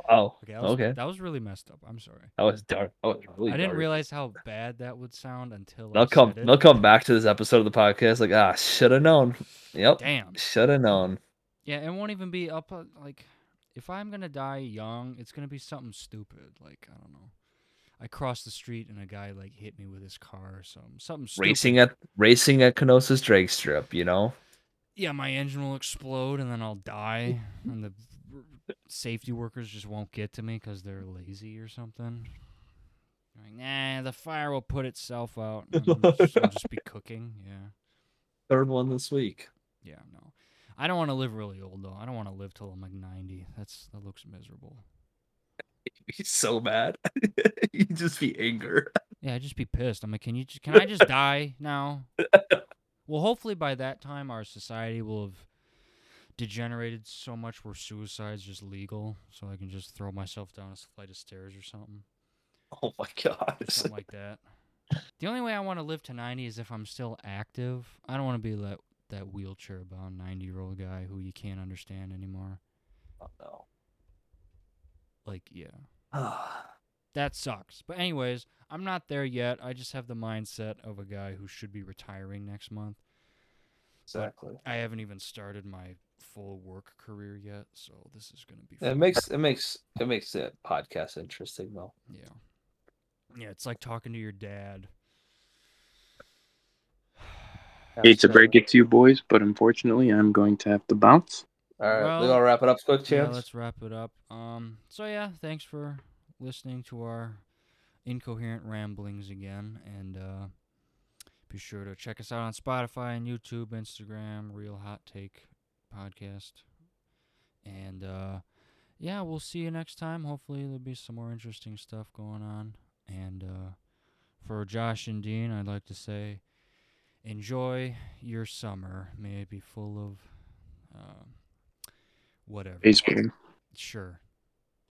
Speaker 2: oh,
Speaker 1: okay,
Speaker 2: okay,
Speaker 1: that was, that was really messed up. I'm sorry.
Speaker 2: That was dark. That was really
Speaker 1: I didn't
Speaker 2: dark.
Speaker 1: realize how bad that would sound until I
Speaker 2: They'll come.
Speaker 1: said it.
Speaker 2: They'll come back to this episode of the podcast. Like, ah, should have known. Yep,
Speaker 1: Damn.
Speaker 2: should have known.
Speaker 1: Yeah, it won't even be up uh, like if I'm gonna die young, it's gonna be something stupid. Like I don't know, I crossed the street and a guy like hit me with his car or something. Something stupid.
Speaker 2: Racing at racing at Kenosa's Drake Strip. You know.
Speaker 1: Yeah, my engine will explode and then I'll die, and the r- safety workers just won't get to me because they're lazy or something. Like, nah, the fire will put itself out. And I'm just, I'll just be cooking. Yeah.
Speaker 2: Third one this week.
Speaker 1: Yeah, no. I don't want to live really old though. I don't want to live till I'm like 90. That's that looks miserable.
Speaker 2: <laughs> He's so mad. <laughs> He'd just be anger. <laughs>
Speaker 1: Yeah, I'd just be pissed. I'm like, can you just, can I just die now? Well, hopefully by that time our society will have degenerated so much where suicide's just legal, so I can just throw myself down a flight of stairs or something,
Speaker 2: Oh my god.
Speaker 1: something like that. The only way I want to live to 90 is if I'm still active. I don't want to be that that wheelchair bound 90 year old guy who you can't understand anymore.
Speaker 2: Oh, no.
Speaker 1: Like, yeah.
Speaker 2: <sighs> Ah,
Speaker 1: that sucks. But anyways, I'm not there yet. I just have the mindset of a guy who should be retiring next month.
Speaker 5: Exactly.
Speaker 1: I haven't even started my full work career yet, so this is gonna be
Speaker 5: It
Speaker 1: fun.
Speaker 5: makes it makes it makes the podcast interesting though.
Speaker 1: yeah. Yeah, it's like talking to your dad.
Speaker 3: Hate to break it to you boys, but unfortunately, I'm going to have to bounce.
Speaker 5: All right,
Speaker 1: Well,
Speaker 5: we gonna wrap it up quick,
Speaker 1: Yeah,
Speaker 5: chance.
Speaker 1: let's wrap it up. Um so yeah, thanks for listening to our incoherent ramblings again and uh be sure to check us out on Spotify and YouTube, Instagram, Real Hot Take podcast. And uh yeah, we'll see you next time. Hopefully there'll be some more interesting stuff going on. And uh for Josh and Dean, I'd like to say enjoy your summer. May it be full of uh, whatever.
Speaker 3: Baseball.
Speaker 1: Sure.